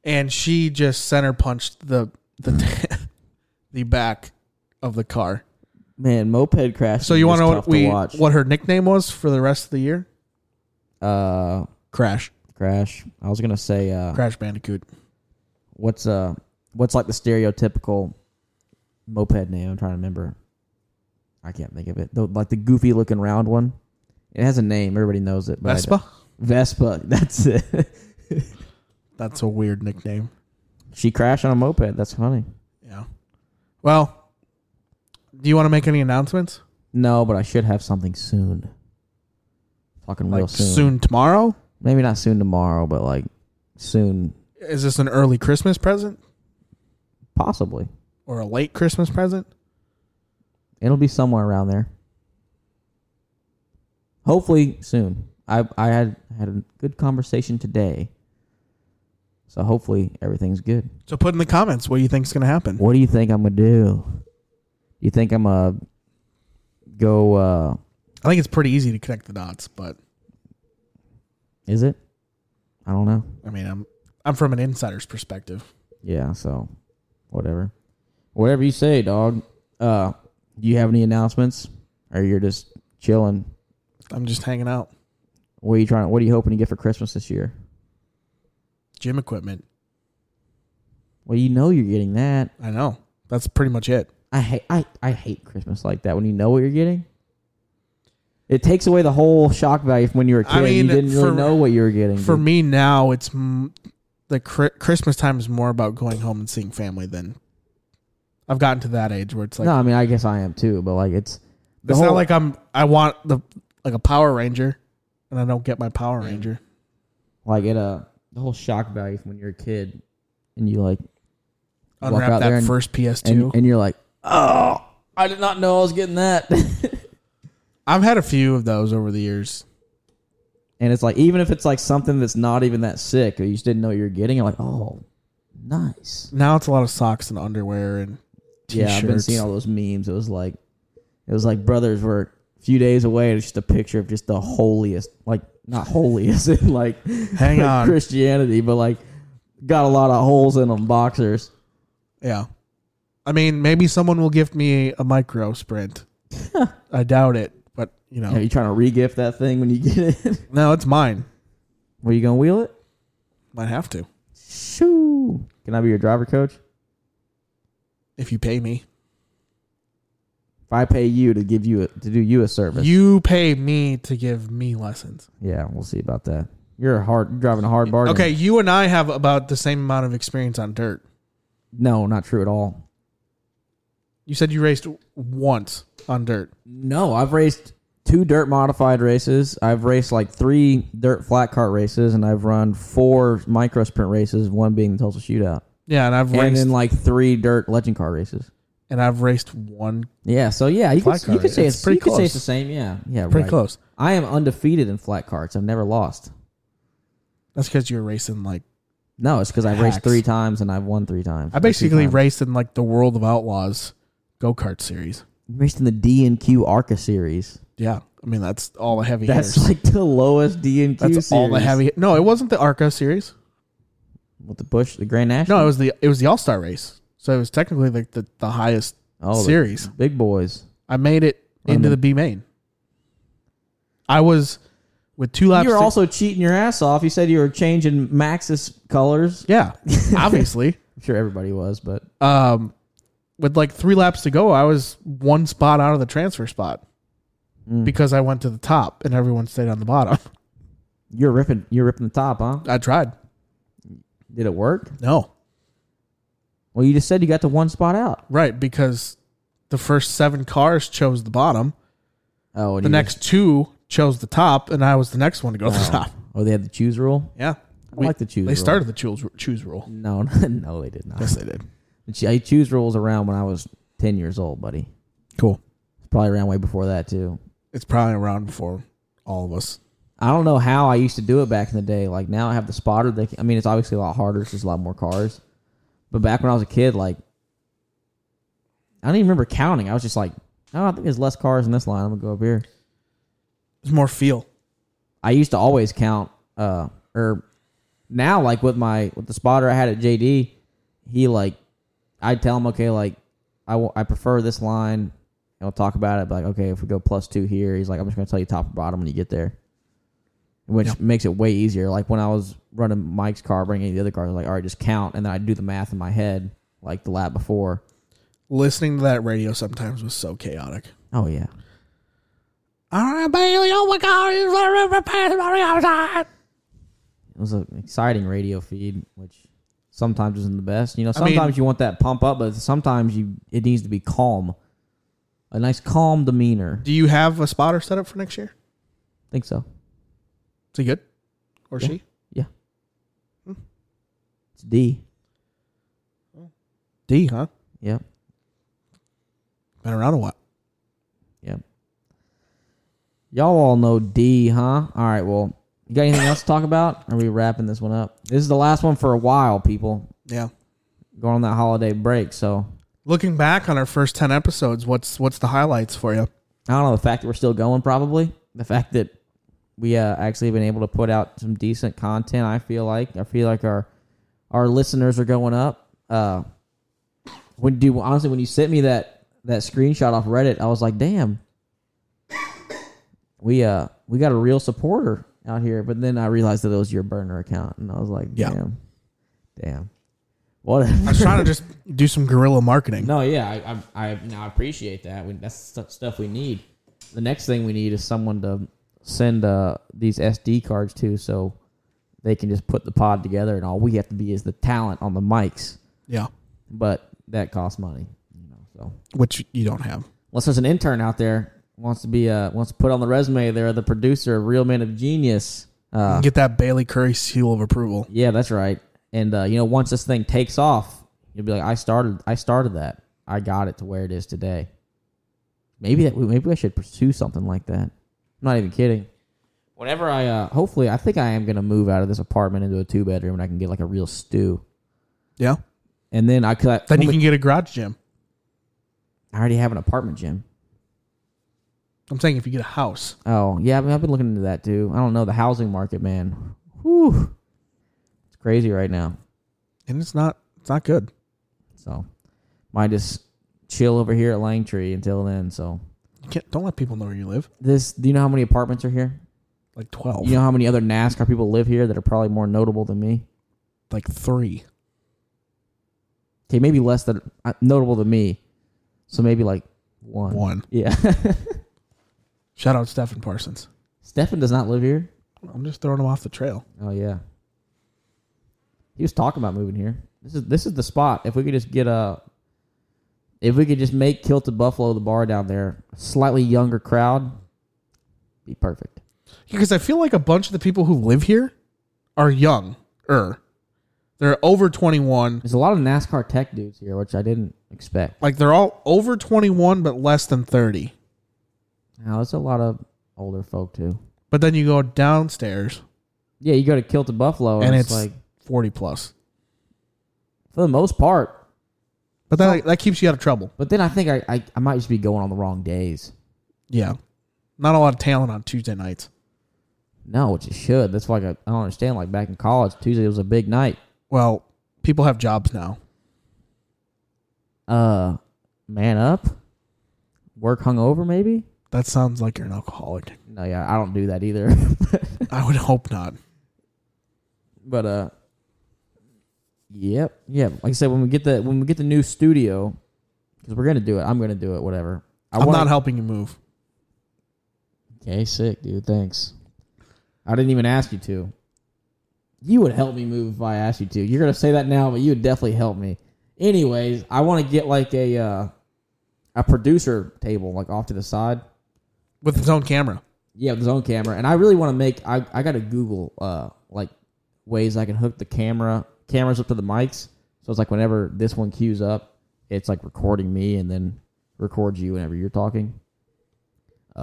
Speaker 2: and she just center punched the the the back of the car.
Speaker 3: Man, moped crash.
Speaker 2: So you want
Speaker 3: want
Speaker 2: to know what we
Speaker 3: watch?
Speaker 2: what her nickname was for the rest of the year?
Speaker 3: Uh,
Speaker 2: Crash,
Speaker 3: crash. I was gonna say, uh,
Speaker 2: Crash Bandicoot.
Speaker 3: what's uh, what's like the stereotypical moped name? I'm trying to remember. I can't think of it. The, like the goofy looking round one. It has a name. Everybody knows it. but I
Speaker 2: Vespa.
Speaker 3: don't- Vespa. That's it.
Speaker 2: That's a weird nickname.
Speaker 3: she crashed on a moped. That's funny.
Speaker 2: Yeah. Well, do you want to make any announcements?
Speaker 3: No, but I should have something soon. Talking real
Speaker 2: Like
Speaker 3: soon.
Speaker 2: soon. tomorrow?
Speaker 3: Maybe not soon tomorrow, but like soon,
Speaker 2: Is this an early Christmas present
Speaker 3: possibly.
Speaker 2: or a late Christmas present?
Speaker 3: It'll be somewhere around there. Hopefully soon. I I had had a good conversation today. So hopefully everything's good.
Speaker 2: So put in the comments what you think's going to happen.
Speaker 3: What do you think I'm gonna do? You think I'm gonna go uh
Speaker 2: I think it's pretty easy to connect the dots, but
Speaker 3: is it? I don't know.
Speaker 2: I mean, I'm I'm from an insider's perspective.
Speaker 3: Yeah, so whatever. Whatever you say, dog. Uh do you have any announcements? Or you're just chilling?
Speaker 2: I'm just hanging out.
Speaker 3: What are you trying what are you hoping to get for Christmas this year?
Speaker 2: Gym equipment.
Speaker 3: Well, you know you're getting that.
Speaker 2: I know. That's pretty much it.
Speaker 3: I hate I, I hate Christmas like that when you know what you're getting. It takes away the whole shock value from when you were a kid.
Speaker 2: I mean,
Speaker 3: you didn't really
Speaker 2: for-
Speaker 3: know what you were getting.
Speaker 2: For
Speaker 3: dude.
Speaker 2: me now, it's m- the cri- Christmas time is more about going home and seeing family than I've gotten to that age where it's like
Speaker 3: no, I mean, I guess I am too, but like it's the
Speaker 2: It's
Speaker 3: whole,
Speaker 2: not like I'm. I want the like a Power Ranger, and I don't get my Power Ranger.
Speaker 3: like it uh the whole shock value from when you're a kid and you like Walk out
Speaker 2: Unwrap
Speaker 3: there
Speaker 2: that
Speaker 3: and-
Speaker 2: first PS2.
Speaker 3: and, and you're like, oh, I did not know I was getting that.
Speaker 2: I've had a few of those over the years.
Speaker 3: and it's like even if it's like something that's not even that sick, or you just didn't know you were getting, you're like, oh, nice.
Speaker 2: Now it's a lot of socks and underwear and t-shirts.
Speaker 3: Yeah, I've been seeing all those memes. It was like, it was like brothers were a few days away. and It's just a picture of just the holiest, like not holiest in like,
Speaker 2: Hang
Speaker 3: like
Speaker 2: on.
Speaker 3: Christianity, but like got a lot of holes in them boxers.
Speaker 2: yeah, I mean, maybe someone will gift me a micro sprint. I doubt it, but you know,
Speaker 3: Are you trying to regift that thing when you get it?
Speaker 2: no, it's mine.
Speaker 3: Were you gonna wheel it?
Speaker 2: Might have to
Speaker 3: Shoo! Can I be your driver coach?
Speaker 2: if you pay me.
Speaker 3: If I pay you to give you a, to do you a service,
Speaker 2: You pay me to give me lessons.
Speaker 3: yeah, we'll see about that. You're a hard you're driving a hard bargain.
Speaker 2: Okay, you and I have about the same amount of experience on dirt.
Speaker 3: no, not true at all.
Speaker 2: You said you raced once on dirt.
Speaker 3: No, I've raced two dirt modified races. I've raced like three dirt flat cart races, and I've run four micro sprint races, one being the Tulsa Shootout,
Speaker 2: Yeah, and I've
Speaker 3: and
Speaker 2: raced
Speaker 3: then like three dirt legend car races.
Speaker 2: and I've raced one
Speaker 3: Yeah, so yeah, you
Speaker 2: Flat
Speaker 3: could, you
Speaker 2: cart,
Speaker 3: could say
Speaker 2: it's
Speaker 3: it's,
Speaker 2: pretty
Speaker 3: you could say
Speaker 2: close.
Speaker 3: it's the same. Yeah, yeah,
Speaker 2: pretty
Speaker 3: right.
Speaker 2: close.
Speaker 3: I am undefeated in flat carts. I've never lost.
Speaker 2: That's because you're racing like
Speaker 3: No, it's because I've raced
Speaker 2: Hacks.
Speaker 3: three times and I've won three times.
Speaker 2: I
Speaker 3: Or two
Speaker 2: basically
Speaker 3: times.
Speaker 2: raced in like the World of Outlaws go kart series.
Speaker 3: raced in the D and Q Arca series.
Speaker 2: Yeah, I mean that's all the heavy
Speaker 3: That's
Speaker 2: hitters.
Speaker 3: like the lowest D and Q.
Speaker 2: That's
Speaker 3: series.
Speaker 2: all the heavy. No, it wasn't the Arco series.
Speaker 3: with the Bush, the Grand National.
Speaker 2: No, it was the it was the All Star race. So it was technically like the, the highest
Speaker 3: Oh, the-
Speaker 2: series.
Speaker 3: big boys.
Speaker 2: I made it into the B main. I was with two laps.
Speaker 3: You were
Speaker 2: to-
Speaker 3: also cheating your ass off. You said you were changing Max's colors.
Speaker 2: yeah, obviously.
Speaker 3: I'm sure everybody was, but
Speaker 2: Um, with like three laps to go, I was one spot out of the transfer spot
Speaker 3: Mm.
Speaker 2: because I went to the top and everyone stayed on the bottom.
Speaker 3: you're ripping. You're ripping the top, huh?
Speaker 2: I tried.
Speaker 3: Did it work?
Speaker 2: No,
Speaker 3: Well, you just said you got the one spot out.
Speaker 2: right because the first seven cars chose the bottom.
Speaker 3: Oh, and
Speaker 2: The
Speaker 3: you
Speaker 2: next two chose the top, and I was the next one to go to the top.
Speaker 3: just- oh, they had the choose rule.
Speaker 2: Yeah,
Speaker 3: I like the choose.
Speaker 2: They
Speaker 3: rule.
Speaker 2: started the choose choose rule.
Speaker 3: No, no, they did not.
Speaker 2: Yes, they did.
Speaker 3: I choose rules around when I was ten years old, buddy.
Speaker 2: Cool.
Speaker 3: It's probably around way before that too.
Speaker 2: It's probably around before all of us.
Speaker 3: I don't know how I used to do it back in the day. Like now I have the spotter. That I mean, it's obviously a lot harder. It's just a lot more cars. But back when I was a kid, like I don't even remember counting. I was just like, oh, I think there's less cars in this line. I'm gonna go up here.
Speaker 2: It's more feel.
Speaker 3: I used to always count. Uh, or now like with my with the spotter I had at JD, he like I'd tell him okay, like I wa- I prefer this line. And we'll talk about it. But like okay, if we go plus two here, he's like I'm just gonna tell you top or bottom when you get there, which makes it way easier. Like when I was running Mike's car, bringing the other cars, I was like all right, just count, and then I do the math in my head like the lap before.
Speaker 2: Listening to that radio sometimes was so chaotic.
Speaker 3: Oh yeah,
Speaker 2: All right, Bailey. Oh my God! he's running over past everybody outside.
Speaker 3: it was an exciting radio feed, which sometimes isn't the best. You know,
Speaker 2: I mean-
Speaker 3: sometimes you want that pump up, but sometimes you it needs to be calm, a nice calm demeanor.
Speaker 2: Do you have a spotter set up for next year?
Speaker 3: think so.
Speaker 2: Is he good or she?
Speaker 3: Yeah,
Speaker 2: Hmm.
Speaker 3: it's D.
Speaker 2: D, huh?
Speaker 3: Yep,
Speaker 2: Been around a while.
Speaker 3: yep. Y'all all know D, huh? All right, well, you got anything else to talk about? Are we wrapping this one up? This is the last one for a while, people.
Speaker 2: Yeah.
Speaker 3: Going on that holiday break, so
Speaker 2: Looking back on our first ten episodes, what's what's the highlights for you?
Speaker 3: I don't know the fact that we're still going. Probably the fact that we uh, actually have been able to put out some decent content. I feel like I feel like our our listeners are going up. Uh, when do honestly when you sent me that that screenshot off Reddit, I was like, damn, we uh we got a real supporter out here. But then I realized that it was your burner account, and I was like,
Speaker 2: Yeah.
Speaker 3: damn, damn, what?
Speaker 2: I was trying to just do some guerrilla marketing.
Speaker 3: No, yeah, I, I, I now appreciate that. We, that's stu- stuff we need. The next thing we need is someone to send uh, these SD cards to, so they can just put the pod together, and all we have to be is the talent on the mics.
Speaker 2: Yeah,
Speaker 3: But that costs money, you know. So
Speaker 2: which you don't have.
Speaker 3: unless there's an intern out there wants to be uh, wants to put on the resume, they're the producer of Real Men of Genius. Uh,
Speaker 2: Get that Bailey Curry seal of approval.
Speaker 3: yeah, that's right. And uh, you know, once this thing takes off, you'll be like, I started, I started that. I got it to where it is today. Maybe that, maybe I should pursue something like that. I'm not even kidding. Whenever I, uh, hopefully, I think I am gonna move out of this apartment into a two bedroom, and I can get like a real stew.
Speaker 2: Yeah.
Speaker 3: And then I could,
Speaker 2: Then you can get a garage gym.
Speaker 3: I already have an apartment gym.
Speaker 2: I'm saying if you get a house,
Speaker 3: Oh yeah, I mean, I've been looking into that too. I don't know the housing market, man. Whew, it's crazy right now.
Speaker 2: and it's not it's not good.
Speaker 3: So might just chill over here at Langtree until then. So
Speaker 2: You can't don't let people know where you live.
Speaker 3: this do you know how many apartments are here?
Speaker 2: Like twelve.
Speaker 3: You know how many other NASCAR people live here that are probably more notable than me?
Speaker 2: Like three.
Speaker 3: Okay, maybe less than uh, notable than me. So maybe like one.
Speaker 2: One.
Speaker 3: Yeah.
Speaker 2: Shout out Stephen Parsons.
Speaker 3: Stefan does not live here.
Speaker 2: I'm just throwing him off the trail.
Speaker 3: Oh yeah. He was talking about moving here. This is this is the spot. If we could just get a if we could just make Kilted Buffalo the bar down there, slightly younger crowd, be perfect.
Speaker 2: because I feel like a bunch of the people who live here are young. Er, they're over twenty one.
Speaker 3: There's a lot of NASCAR tech dudes here, which I didn't expect.
Speaker 2: Like they're all over twenty one, but less than thirty.
Speaker 3: Now there's a lot of older folk too.
Speaker 2: But then you go downstairs,
Speaker 3: Yeah, you go to Kilt to Buffalo, and,
Speaker 2: and
Speaker 3: Oh, it's,
Speaker 2: it's
Speaker 3: like
Speaker 2: forty plus.
Speaker 3: for the most part.
Speaker 2: But that that keeps you out of trouble.
Speaker 3: But then I think I, I, I might just be going on the wrong days.
Speaker 2: Yeah, not a lot of talent on Tuesday nights.
Speaker 3: No, which it should. That's why I, got- I don't understand. Like back in college, Tuesday was a big night.
Speaker 2: Well, people have jobs now.
Speaker 3: Uh, man up, work hungover maybe.
Speaker 2: That sounds like you're an alcoholic.
Speaker 3: No, yeah, I don't do that either.
Speaker 2: I would hope not.
Speaker 3: but uh, yep, yeah. Like I said, when we get the when we get the new studio, because we're gonna do it. I'm gonna do it. Whatever. I
Speaker 2: I'm
Speaker 3: wanna-
Speaker 2: not helping you move.
Speaker 3: Okay, sick, dude. Thanks. I didn't even ask you to. You would help me move if I asked you to. You're gonna say that now, but you would definitely help me. Anyways, I want to get like a uh, a producer table, like off to the side.
Speaker 2: with his own camera.
Speaker 3: Yeah, with his own camera, and I really want to make. I I gotta Google uh like ways I can hook the camera cameras up to the mics. So it's like whenever this one cues up, it's like recording me and then records you whenever you're talking. Uh.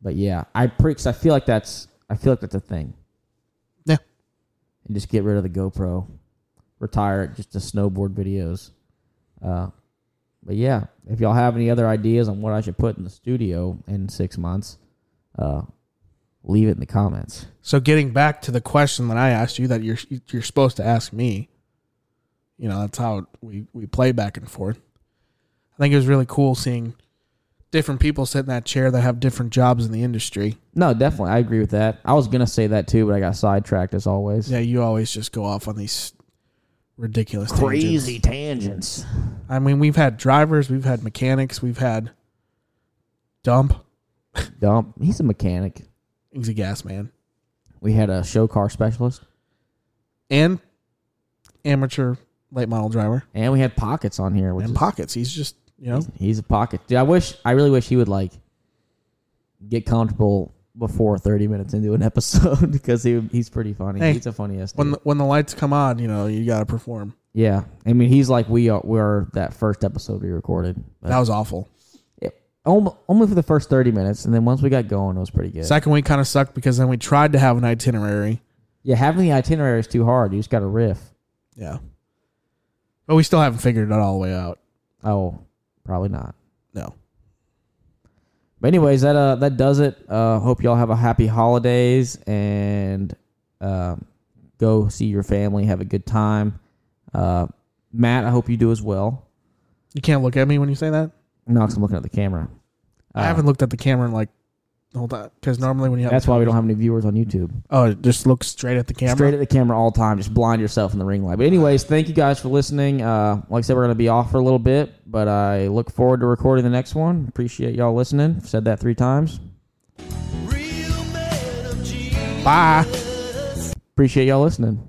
Speaker 3: But yeah, I pretty. Cause I feel like that's. I feel like that's a thing.
Speaker 2: Yeah.
Speaker 3: And just get rid of the GoPro, retire it just to snowboard videos. Uh, but yeah, if y'all have any other ideas on what I should put in the studio in six months, uh, leave it in the comments.
Speaker 2: So getting back to the question that I asked you that you're you're supposed to ask me. You know, that's how we we play back and forth. I think it was really cool seeing different people sit in that chair that have different jobs in the industry.
Speaker 3: No, definitely, I agree with that. I was gonna say that too, but I got sidetracked as always.
Speaker 2: Yeah, you always just go off on these ridiculous tangents.
Speaker 3: Crazy tangents.
Speaker 2: I mean, we've had drivers, we've had mechanics, we've had dump.
Speaker 3: Dump. He's a mechanic.
Speaker 2: He's a gas man
Speaker 3: We had a show car specialist,
Speaker 2: and amateur late model driver
Speaker 3: and we had pockets on here. Which
Speaker 2: and
Speaker 3: is,
Speaker 2: pockets. He's just you know
Speaker 3: he's a pocket dude. I wish. I really wish he would like get comfortable before thirty minutes into an episode because he he's pretty funny.
Speaker 2: Hey,
Speaker 3: he's the funniest.
Speaker 2: when
Speaker 3: dude.
Speaker 2: the, when the lights come on, you know you gotta perform.
Speaker 3: Yeah, I mean, he's like we are. We're that first episode we recorded. But
Speaker 2: That was awful.
Speaker 3: it- om- only for the first thirty minutes, and then once we got going, it was pretty good.
Speaker 2: Second week kind of sucked because then we tried to have an itinerary.
Speaker 3: yeah, having the itinerary is too hard. You just got to riff.
Speaker 2: Yeah, but we still haven't figured it all the way out.
Speaker 3: Oh, probably not.
Speaker 2: No,
Speaker 3: But anyways, that uh, that does it. Uh, hope y'all have a happy holidays and um, go see your family. Have a good time. Uh, Matt, I hope you do as well.
Speaker 2: you can't look at me when you say that.
Speaker 3: No, 'cause I'm looking at the camera. Uh,
Speaker 2: I haven't looked at the camera in like hold on because normally when you have
Speaker 3: That's why we don't have any viewers on YouTube.
Speaker 2: oh just look straight at the camera.
Speaker 3: straight at the camera all the time. Just blind yourself in the ring light. But anyways, thank you guys for listening. Uh, like I said, we're gonna be off for a little bit, but I look forward to recording the next one. Appreciate y'all listening. Said that three times.
Speaker 2: Bye.
Speaker 3: Appreciate y'all listening.